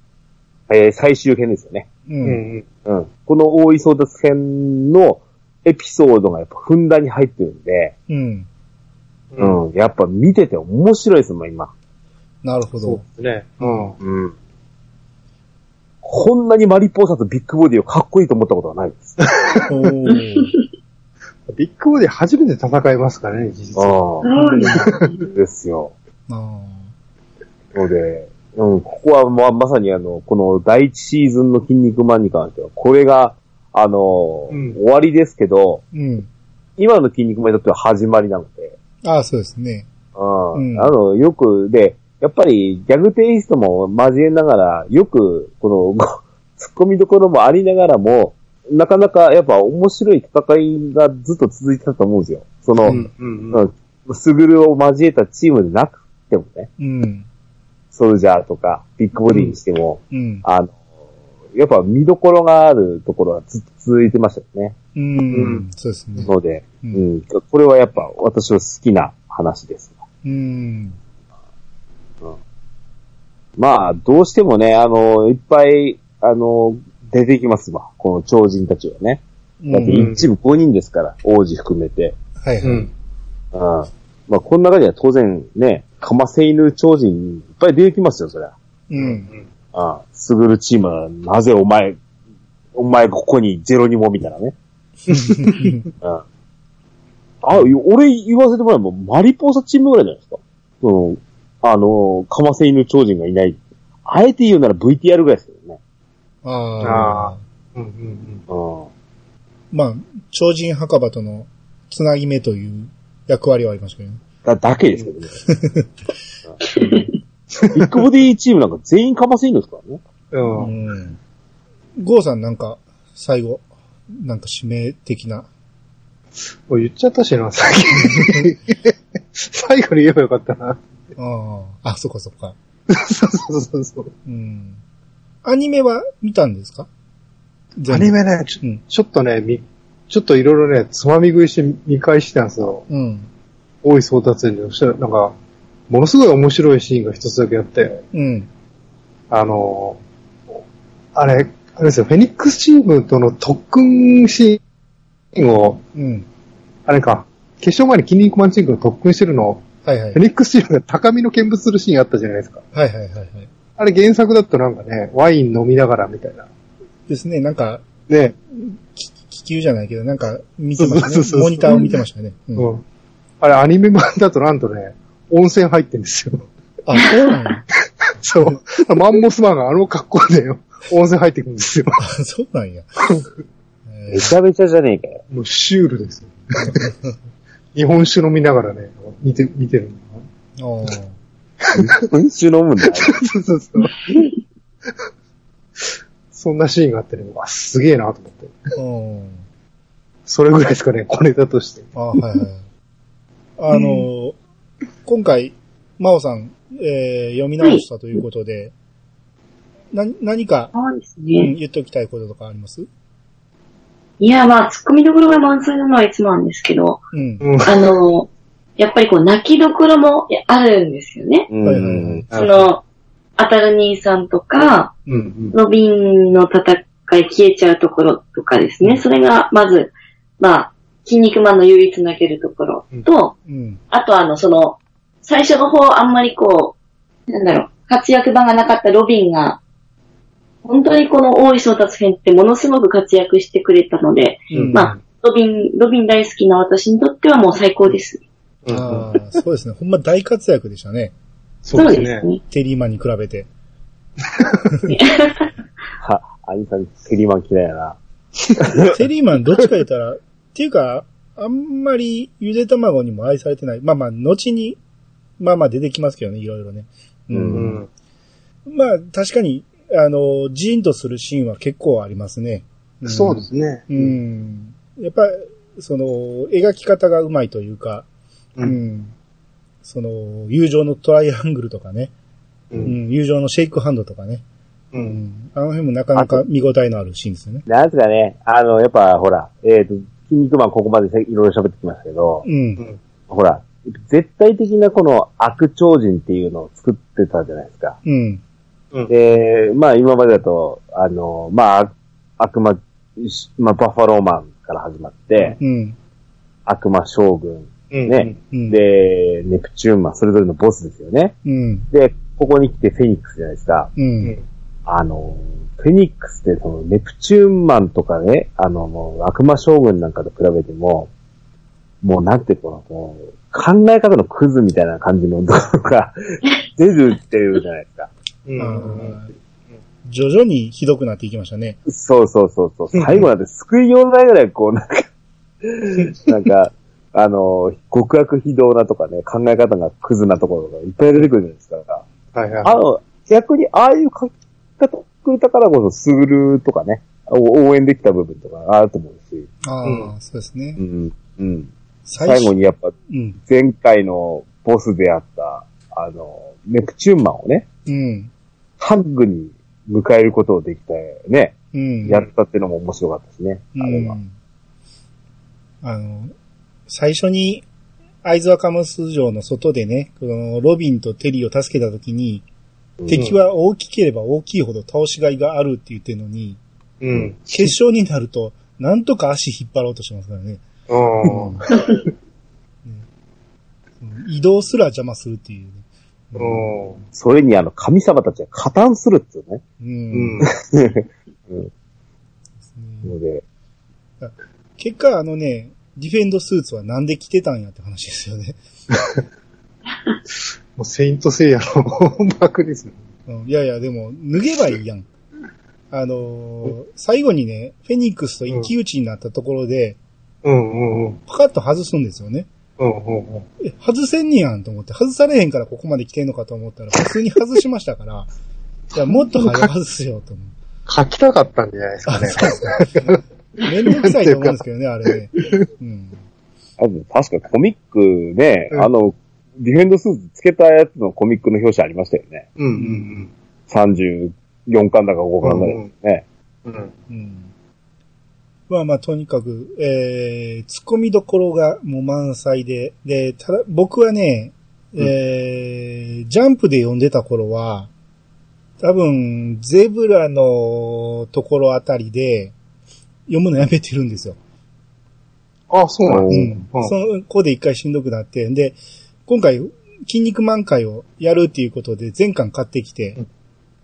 Speaker 4: えー最終編ですよね。
Speaker 1: う。
Speaker 3: う
Speaker 1: うん。
Speaker 3: ん。
Speaker 4: うん。この大井争奪編のエピソードがやっぱふんだんに入ってるんで、
Speaker 1: うん。
Speaker 3: う
Speaker 4: うん。やっぱ見てて面白いですもん、今。
Speaker 1: なるほ
Speaker 3: そう
Speaker 1: ど。
Speaker 3: ですね。うん。
Speaker 4: うん。こんなにマリポーサとビッグボディをかっこいいと思ったことはないです。あ
Speaker 1: おー
Speaker 3: ビッグボディ初めて戦いますからね、事実。
Speaker 4: あ、
Speaker 5: そうです
Speaker 4: ですよ。
Speaker 1: あ
Speaker 4: ので、うん、ここはまあまさにあの、この第一シーズンの筋肉マンに関しては、これが、あの、
Speaker 3: うん
Speaker 4: 終わりですけど、
Speaker 1: ーうん。
Speaker 4: 今の筋肉マンにとっては始まりなので、
Speaker 1: ああ、そうですね。
Speaker 4: う
Speaker 1: うん
Speaker 4: ん、あの、よく、で、やっぱりギャグテイストも交えながら、よく、この、 [LAUGHS] 突っ込みどころもありながらも、なかなかやっぱ面白い戦いがずっと続いてたと思うんですよ。そ
Speaker 1: う
Speaker 4: の、
Speaker 1: ん
Speaker 3: うん
Speaker 4: う
Speaker 3: うん
Speaker 4: ん、スグルを交えたチームでなくてもね、
Speaker 1: うん。
Speaker 4: ソルジャーとか、ビッグボディにしても、
Speaker 1: うん。
Speaker 4: あの、やっぱ見どころがあるところはずっと続いてましたよね。
Speaker 1: うん。
Speaker 3: うん
Speaker 1: そうですね。
Speaker 4: ので、
Speaker 1: う
Speaker 4: うんん、これはやっぱ私の好きな話です。
Speaker 1: うん。
Speaker 4: まあ、どうしてもね、あの、いっぱい、あの、出てきますわ。この超人たちはね。
Speaker 1: うん
Speaker 4: だって一部5人ですから、王子含めて。
Speaker 1: はいうはい。
Speaker 3: ん。
Speaker 4: うん。まあ、この中には当然ね、かませ犬超人いっぱい出てきますよ、そりゃ。
Speaker 1: うん。
Speaker 4: ああ、すぐるチームは、なぜお前、お前ここにゼロにもみた
Speaker 1: [LAUGHS]
Speaker 4: いなね。うんあ、い俺言わせてもらえば、マリポーサチームぐらいじゃないですか。その、あの、かませ犬超人がいない。あえて言うなら VTR ぐらいですよね。
Speaker 1: ああ
Speaker 3: あ。うんうん
Speaker 4: うん。
Speaker 1: まあ、超人墓場とのつなぎ目という役割はありましたけどね。
Speaker 4: だ、だけですけどね。ビッグボディチームなんか全員かませ犬ですからね。
Speaker 3: うんうん。
Speaker 1: ん。ゴーさんなんか、最後、なんか指名的な。
Speaker 3: もう言っちゃったしな、さっき。最後に言えばよかったな。
Speaker 1: ああ。あ、そっかそっか。
Speaker 3: そうそうそうそう。
Speaker 1: うん。アニメは見たんですか
Speaker 3: [LAUGHS] アニメね、ちょ
Speaker 1: うん
Speaker 3: ちょっとね、み、ちょっといろいろね、つまみ食いして見返してたんですよ。
Speaker 1: うん。
Speaker 3: 大井争奪戦で。そしたらなんか、ものすごい面白いシーンが一つだけあって、
Speaker 1: うん。
Speaker 3: あのー、あれ、あれですよ、フェニックスチームとの特訓シーンを、
Speaker 1: うん。
Speaker 3: あれか、決勝前に筋肉マンチームが特訓してるのを、
Speaker 1: はいはい
Speaker 3: フェ。ニックスチームが高みの見物するシーンあったじゃないですか。
Speaker 1: はいはいはいはい。
Speaker 3: あれ原作だとなんかね、ワイン飲みながらみたいな。
Speaker 1: ですね。なんか、
Speaker 3: ね、
Speaker 1: 気球じゃないけど、なんか見てま
Speaker 3: そうそ
Speaker 1: した
Speaker 3: うそうそう
Speaker 1: ね。モニターを見てましたね。うん
Speaker 3: うん。あれアニメ版だとなんとね、温泉入ってんですよ。 [LAUGHS]
Speaker 1: あ、そうなんや。
Speaker 3: そう。マンモスマンがあの格好でよ、温泉入ってくんですよ。
Speaker 1: あそうなんや。え
Speaker 4: めちゃめちゃじゃねえかよ。
Speaker 3: [LAUGHS] もうシュールですよ。 [LAUGHS] 日本酒飲みながらね、見て、見てる
Speaker 1: ー
Speaker 3: の。
Speaker 1: おー
Speaker 4: うん、酒飲むん [LAUGHS] だよ。
Speaker 3: そうそうそう。 [LAUGHS] そんなシーンがあってね、わ、すげえなと思って。
Speaker 1: おー
Speaker 3: それぐらいですかね、小ネタとして。
Speaker 1: あ、はいはい。あのー、今回、真央さん、えー読み直したということで、な、何か、
Speaker 5: そうです
Speaker 1: うん
Speaker 5: ね。
Speaker 1: 言っておきたいこととかあります
Speaker 5: いや、まあ、突っ込みどころが満載なのはいつもなんですけど、
Speaker 1: うん。
Speaker 3: うん。
Speaker 5: あの、やっぱりこう、泣きどころもあるんですよね。
Speaker 4: うん
Speaker 1: はいはいはい。
Speaker 5: その、アタル兄さんとか、
Speaker 3: うん。
Speaker 5: ロビンの戦い消えちゃうところとかですね。それが、まず、まあ、筋肉マンの唯一泣けるところと、
Speaker 1: うん。
Speaker 5: あとあの、その、最初の方あんまりこう、なんだろう、活躍場がなかったロビンが、本当にこの大井争奪編ってものすごく活躍してくれたので、
Speaker 1: うん
Speaker 5: まあ、ロビン、ロビン大好きな私にとってはもう最高です。
Speaker 1: ああ、そうですね。ほんま大活躍でしたね。
Speaker 3: そうですね。
Speaker 5: ね。
Speaker 1: テリーマンに比べて。
Speaker 4: は、兄さん、テリマン嫌いやな。
Speaker 1: テリーマンどっちか言ったら、っていうか、あんまりゆで卵にも愛されてない。まあまあ、後に、まあまあ出てきますけどね、いろいろね。
Speaker 4: う
Speaker 3: うん。
Speaker 1: まあ、確かに、あの、ジーンとするシーンは結構ありますね。ん
Speaker 3: そうで。すね。
Speaker 1: うん。やっぱ、その、描き方がうまいというか、う。
Speaker 3: うんん
Speaker 1: その、友情のトライアングルとかね、
Speaker 3: う。
Speaker 1: うんん、友情のシェイクハンドとかね、
Speaker 3: う。
Speaker 1: うんん。あの辺もなかなか見応えのあるシーンですよね。
Speaker 4: なんですかね、あの、やっぱほら、えっ、と、筋肉マンここまでいろいろ喋ってきましたけど、
Speaker 1: うん。
Speaker 4: ほら、絶対的なこの悪超人っていうのを作ってたじゃないですか。
Speaker 1: うん。
Speaker 4: で、まあ今までだと、あの、まあ、悪魔、しまあバッファローマンから始まって、
Speaker 1: うん。
Speaker 4: 悪魔将軍、
Speaker 3: うん。
Speaker 4: ね。
Speaker 1: うん。、
Speaker 4: で、ネプチューンマン、それぞれのボスですよね。
Speaker 1: うん。
Speaker 4: で、ここに来てフェニックスじゃないですか。
Speaker 1: うん。
Speaker 4: あの、フェニックスってそのネプチューンマンとかね、あのもう悪魔将軍なんかと比べても、もうなんていうかな、もう考え方のクズみたいな感じのところが [LAUGHS] 出るっていうじゃないですか。
Speaker 3: うん
Speaker 1: うん徐々にひどくなっていきましたね。
Speaker 4: そうそうそうそう。最後なんて救いようのないぐらいこ
Speaker 1: [LAUGHS]
Speaker 4: うなんか、なんか、あの、極悪非道なとかね、考え方がクズなところがいっぱい出てくるじゃないですか。
Speaker 3: はいはい。
Speaker 4: あの、逆にああいう書き方を作れたからこそ、スグルとかね、お応援できた部分とかあると思うし、
Speaker 1: ああ、
Speaker 3: う
Speaker 1: そうですね
Speaker 4: う。ん、うん。
Speaker 1: 最
Speaker 4: 最後にやっぱ、
Speaker 1: うん。
Speaker 4: 前回のボスであった、あの、ネプチューンマンをね、
Speaker 1: うん。
Speaker 4: ハッグに迎えることをできたね、
Speaker 1: うん。
Speaker 4: やったっていうのも面白かったしね、
Speaker 1: う
Speaker 4: あれは。
Speaker 1: ん。あの、最初に、会津若松城の外でね、このロビンとテリーを助けたときに、
Speaker 4: うん
Speaker 1: 敵は大きければ大きいほど倒しがいがあるって言ってるのに、
Speaker 3: うん。
Speaker 1: 決勝になると、なんとか足引っ張ろうとしますからね。
Speaker 3: うん。
Speaker 1: うん移動すら邪魔するっていうね。
Speaker 3: うん。
Speaker 4: それにあの、神様たちが加担するっていうね、
Speaker 1: うん
Speaker 3: うん。
Speaker 4: ので、
Speaker 1: 結果、あのね、ディフェンドスーツはなんで着てたんやって話ですよね。 [LAUGHS]
Speaker 3: もう、セイントセイヤのバクですね。
Speaker 1: うんいやいや、でも、脱げばいいやん。あのー最後にね、フェニックスと一騎打ちになったところで、
Speaker 3: うんうんうん。
Speaker 1: パカッと外すんですよね。
Speaker 3: うんうんうん。
Speaker 1: え、外せんねやんと思って、外されへんからここまで来てんのかと思ったら、普通に外しましたから、
Speaker 3: [LAUGHS]
Speaker 1: いや、もっと早く外すよと思う。
Speaker 3: 書きたかったんじゃないですかね。
Speaker 1: [LAUGHS] めんどくさいと思うんですけどね、あれね。うん。
Speaker 4: あの確かコミックね、
Speaker 3: うん
Speaker 4: あの、ディフェンドスーツつけたやつのコミックの表紙ありましたよね。
Speaker 3: うんうん
Speaker 4: 34巻だか5巻だかですね。
Speaker 3: うん。うん。
Speaker 1: うん。まあまあ、とにかく、えー、突っ込みどころがもう満載で、で、ただ、僕はね、えージャンプで読んでた頃は、多分、ゼブラのところあたりで、読むのやめてるんですよ。
Speaker 3: あ、そうなん
Speaker 4: う
Speaker 3: で
Speaker 1: うん。
Speaker 3: うん
Speaker 1: その、ここで一回しんどくなって、で、今回、筋肉満開をやるっていうことで全巻買ってきて、
Speaker 3: うん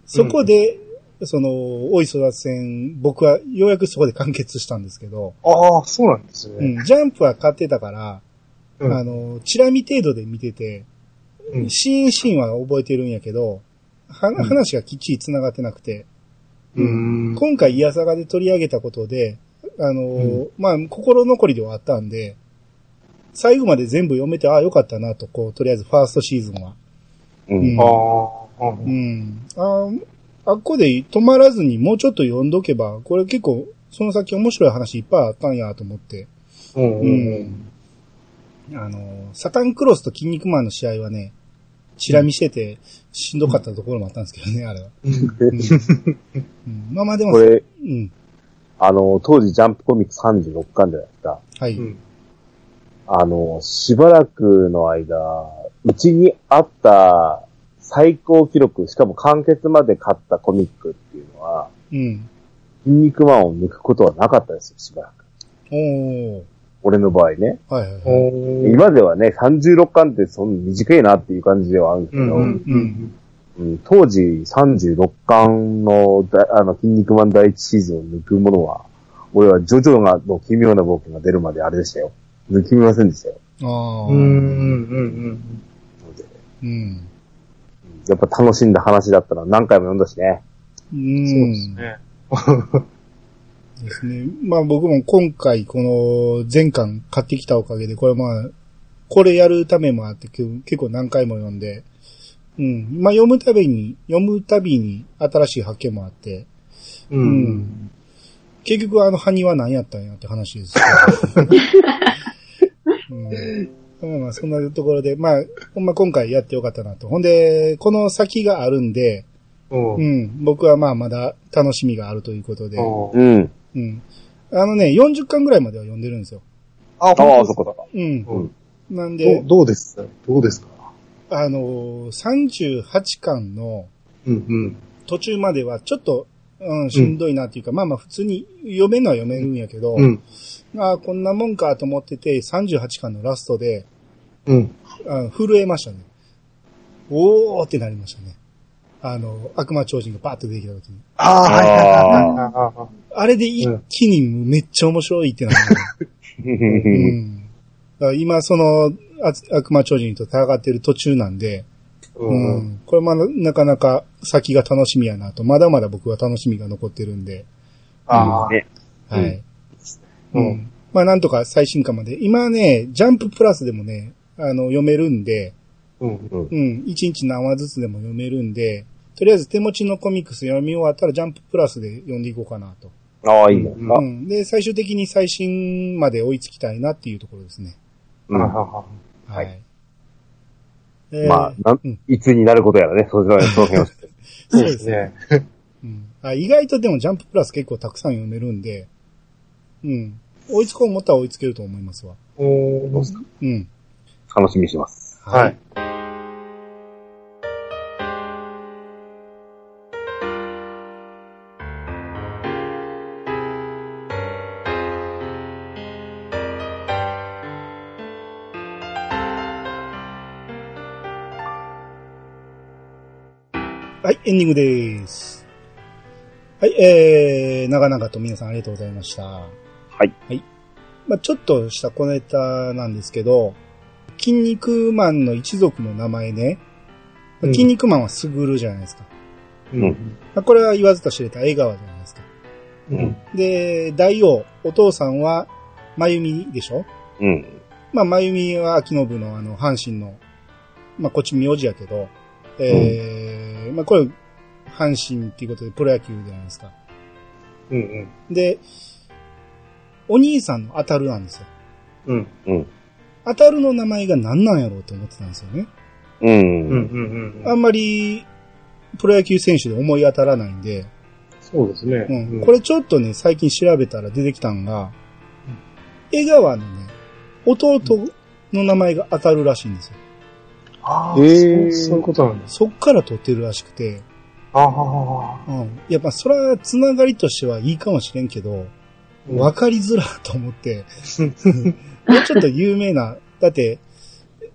Speaker 1: そこで、その、大井育ち戦、僕はようやくそこで完結したんですけど、
Speaker 3: ああ、そうなんです
Speaker 1: う
Speaker 3: ね。
Speaker 1: ん、ジャンプは買ってたから、
Speaker 3: うん
Speaker 1: あの、チラ見程度で見てて、
Speaker 3: うん
Speaker 1: シーンシーンは覚えてるんやけど、は話がきっちり繋がってなくて、
Speaker 3: うん。
Speaker 1: 今回、イヤサガで取り上げたことで、あのーまあ、心残りではあったんで、最後まで全部読めて、ああ、よかったなと、こう、とりあえずファーストシーズンは。
Speaker 4: うん
Speaker 1: うん
Speaker 3: ああ、うん
Speaker 1: う。ん。ああ、あっこで止まらずにもうちょっと読んどけば、これ結構、その先面白い話いっぱいあったんやと思って。
Speaker 3: うん
Speaker 1: う
Speaker 3: うん。
Speaker 1: ん。あの、サタンクロスと筋肉マンの試合はね、チラ見してて、しんどかったところもあったんですけどね、あれは。うんうんまあまあでも、
Speaker 4: これ、
Speaker 1: うん。
Speaker 4: あの、当時ジャンプコミック36巻じゃないですか。
Speaker 1: は
Speaker 3: う
Speaker 1: い。
Speaker 3: ん。
Speaker 4: あの、しばらくの間、うちにあった最高記録、しかも完結まで買ったコミックっていうのは、
Speaker 1: うん。
Speaker 4: 筋肉マンを抜くことはなかったですよ、しばらく。
Speaker 1: おー。
Speaker 4: 俺の場合ね。
Speaker 1: はいはいはい。
Speaker 3: おー
Speaker 4: 今ではね、36巻ってそんな短いなっていう感じではあるんですけ
Speaker 3: う
Speaker 4: ど、
Speaker 3: んうんう
Speaker 1: うんん。
Speaker 4: うん当時36巻のだあの筋肉マン第一シーズンを抜くものは、俺はジョジョがの奇妙な冒険が出るまであれでしたよ。抜きませんでしたよ。
Speaker 1: ああ。
Speaker 3: うんうんうん
Speaker 1: うん。
Speaker 4: やっぱ楽しんだ話だったら何回も読んだしね。
Speaker 1: う
Speaker 3: うん。そうです
Speaker 1: ん。
Speaker 3: ね。
Speaker 1: ですね。まあ僕も今回この全巻買ってきたおかげで、これまあ、これやるためもあってけど結構何回も読んで、うん。まあ読むたびに、読むたびに新しい発見もあって、
Speaker 3: う。
Speaker 1: うんん。結局あの埴輪何やったんやって話
Speaker 3: [LAUGHS]
Speaker 1: ですけど。うん、まあまあそんなところで、まあ、ほんま今回やってよかったなと。ほんで、この先があるんで、
Speaker 3: うん。う。
Speaker 1: うんん。僕はまあまだ楽しみがあるということで。
Speaker 4: うん。
Speaker 1: うん。あのね、40巻ぐらいまでは読んでるんですよ。
Speaker 3: あ、
Speaker 4: ああ、
Speaker 3: 本
Speaker 4: そこ
Speaker 3: 当
Speaker 4: だ。
Speaker 1: うん。
Speaker 3: うん
Speaker 1: なん
Speaker 3: で
Speaker 1: で
Speaker 3: すか。、どうですどうですか
Speaker 1: あのー、38巻の
Speaker 3: うんうん。
Speaker 1: 途中まではちょっと、うん、しんどいなっていうか、まあまあ普通に読めるのは読めるんやけど、
Speaker 3: うん。
Speaker 1: ああ、こんなもんかと思ってて、38巻のラストで、
Speaker 3: うん。
Speaker 1: あ震えましたね。おーってなりましたね。あの、悪魔超人がバーッと出てきた時に。
Speaker 3: ああ、はいはいはいはいはい。
Speaker 1: あれで一気にめっちゃ面白いってなる。うん。だから今、その、あ悪魔超人と戦ってる途中なんで、
Speaker 3: うん
Speaker 1: うんこれまだなかなか先が楽しみやなと、まだまだ僕は楽しみが残ってるんで、
Speaker 3: ああ、
Speaker 2: ね
Speaker 1: はい。
Speaker 3: う
Speaker 1: うんん。まあなんとか最新刊まで。今ね、ジャンププラスでもね、あの、読めるんで、
Speaker 3: うん。
Speaker 1: うん、一日何話ずつでも読めるんで、とりあえず手持ちのコミックス読み終わったらジャンププラスで読んでいこうかなと。
Speaker 4: ああ、いいね。
Speaker 3: うん
Speaker 4: あ
Speaker 1: うん。で、最終的に最新まで追いつきたいなっていうところですね。
Speaker 4: うん
Speaker 3: ああ
Speaker 1: はい。
Speaker 4: は
Speaker 1: えー
Speaker 4: まあ、なん
Speaker 1: うん
Speaker 4: いつになることやらね、そちらその辺を。
Speaker 1: そう
Speaker 3: そう
Speaker 1: で
Speaker 3: ですす
Speaker 1: ね。
Speaker 3: ね。
Speaker 1: うんあ意外とでもジャンププラス結構たくさん読めるんで、うん。追いつこう思ったら追いつけると思いますわ。
Speaker 3: おー
Speaker 1: うん。
Speaker 4: 楽しみにしてます。。
Speaker 3: はい。。
Speaker 1: はい、エンディングです。はい、えー、長々と皆さんありがとうございました。はいはい。まあちょっとした小ネタなんですけど、筋肉マンの一族の名前ね、ま
Speaker 3: う
Speaker 1: あ
Speaker 3: ん
Speaker 1: 筋肉マンはスグルじゃないですか。
Speaker 3: うん。
Speaker 1: まあこれは言わずと知れた江川じゃないですか。
Speaker 3: うん。
Speaker 1: で、大王、お父さんは、まゆみでしょ
Speaker 4: うん。
Speaker 1: まあ、まゆみは秋信のあの、阪神の、まあ、こっち名字やけど、えーまあ、これ、阪神っていうことでプロ野球じゃないですか。
Speaker 3: うん。
Speaker 1: で、お兄さんの当たるなんですよ。
Speaker 3: うん。
Speaker 1: 当たるの名前が何なんやろうと思ってたんですよね。
Speaker 4: う。
Speaker 3: うんん。うん。
Speaker 1: あんまり、プロ野球選手で思い当たらないんで、
Speaker 3: そうですね。
Speaker 1: うん。これちょっとね、最近調べたら出てきたんが、江川のね、弟の名前が当たるらしいんですよ。
Speaker 3: ああ、
Speaker 4: え
Speaker 3: そ
Speaker 4: ー
Speaker 3: うそういうことなんです。
Speaker 1: そっから取ってるらしくて、
Speaker 3: ああ、
Speaker 1: うん。いや、まあ、そら、つながりとしてはいいかもしれんけど、わかりづらと思 [LAUGHS] って、もうちょっと有名な、だって、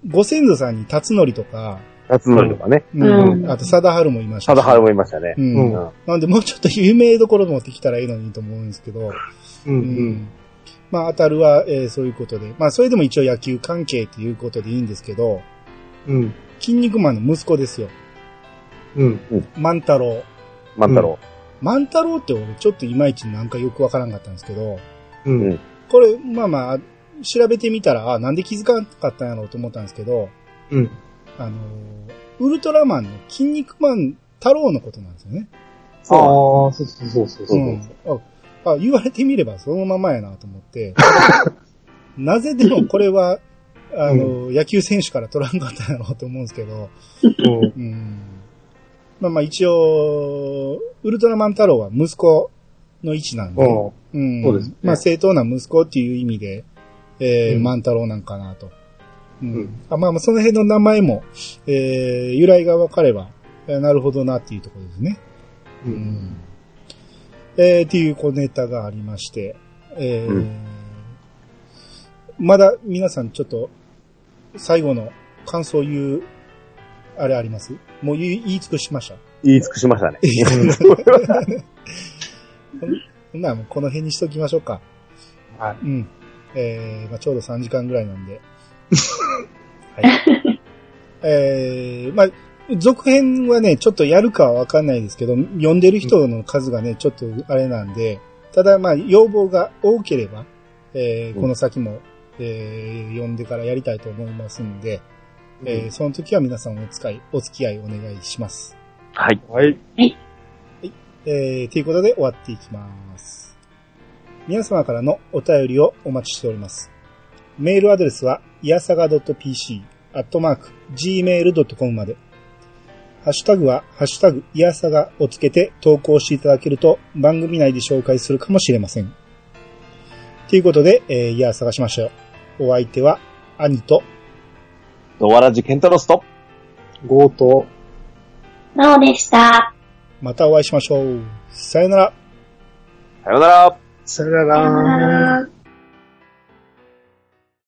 Speaker 1: ご先祖さんに辰則とか、
Speaker 4: 夏のりとかね、
Speaker 5: うん
Speaker 1: あと、貞治もいましたし。
Speaker 4: ただ春もいましたね。
Speaker 1: うん。
Speaker 3: うん
Speaker 1: なんで、もうちょっと有名どころ持ってきたらいいのにと思うんですけど、
Speaker 3: う。
Speaker 1: うん
Speaker 3: うん。
Speaker 1: まあ、当たるは、えーそういうことで。まあ、それでも一応野球関係っていうことでいいんですけど、
Speaker 3: うん。
Speaker 1: 筋肉マンの息子ですよ。
Speaker 3: うん。
Speaker 1: 万太郎。
Speaker 4: 万太郎。
Speaker 1: 万太郎って俺ちょっといまいちなんかよくわからんかったんですけど、
Speaker 3: うん。
Speaker 1: これ、まあまあ、調べてみたら、あ、なんで気づかなかったんやろうと思ったんですけど、
Speaker 3: うん。
Speaker 1: あのーウルトラマンの筋肉マン太郎のことなんですよね。
Speaker 3: ああ、そうそうそうそう。
Speaker 1: んああ言われてみればそのままやなと思
Speaker 3: [LAUGHS]
Speaker 1: って、なぜでもこれは、あのー野球選手から取らんかったんやろうと思うんですけど、
Speaker 3: うん。
Speaker 1: うん。まあまあ一応、ウルトラマン太郎は息子の位置なんで、
Speaker 3: うん。
Speaker 1: うん。
Speaker 3: そうですね
Speaker 1: まあ、正当な息子っていう意味で、えー
Speaker 3: うん
Speaker 1: 万太郎なんかなと。うん。
Speaker 3: うん
Speaker 1: あまあまあ、その辺の名前も、えー由来が分かれば、えーなるほどなっていうところですね。
Speaker 3: う。
Speaker 1: うんえーっていう小ネタがありまして、えー
Speaker 4: う
Speaker 1: まだ皆さんちょっと、最後の感想言う、あれありますもう言い言い尽くしました。
Speaker 4: 言い尽くしましたね。
Speaker 1: ほんならもうこの辺にしときましょうか。
Speaker 3: はい。
Speaker 1: うん。えー、まあ、ちょうど3時間ぐらいなんで。はい。えー、まあ、続編はね、ちょっとやるかはわかんないですけど、読んでる人の数がね、ちょっとあれなんで、ただまあ、要望が多ければ、えー、この先も、えー、読んでからやりたいと思いますんで、えー、その時は皆さんお使い、お付き合いお願いします。
Speaker 4: [LAUGHS] はい。
Speaker 3: はい。
Speaker 1: えー、ということで終わっていきます。皆様からのお便りをお待ちしております。メールアドレスは、いやさが .pc、アットマーク、gmail.com まで。ハッシュタグは、ハッシュタグ、いやさがをつけて投稿していただけると、番組内で紹介するかもしれません。ということで、えー、いやさがしましたよ。お相手は、兄と、
Speaker 4: 野原寺健太郎スト。
Speaker 3: 強盗。
Speaker 5: なおでした。
Speaker 1: またお会いしましょう。さよなら。
Speaker 4: さようなら。
Speaker 3: さよなら。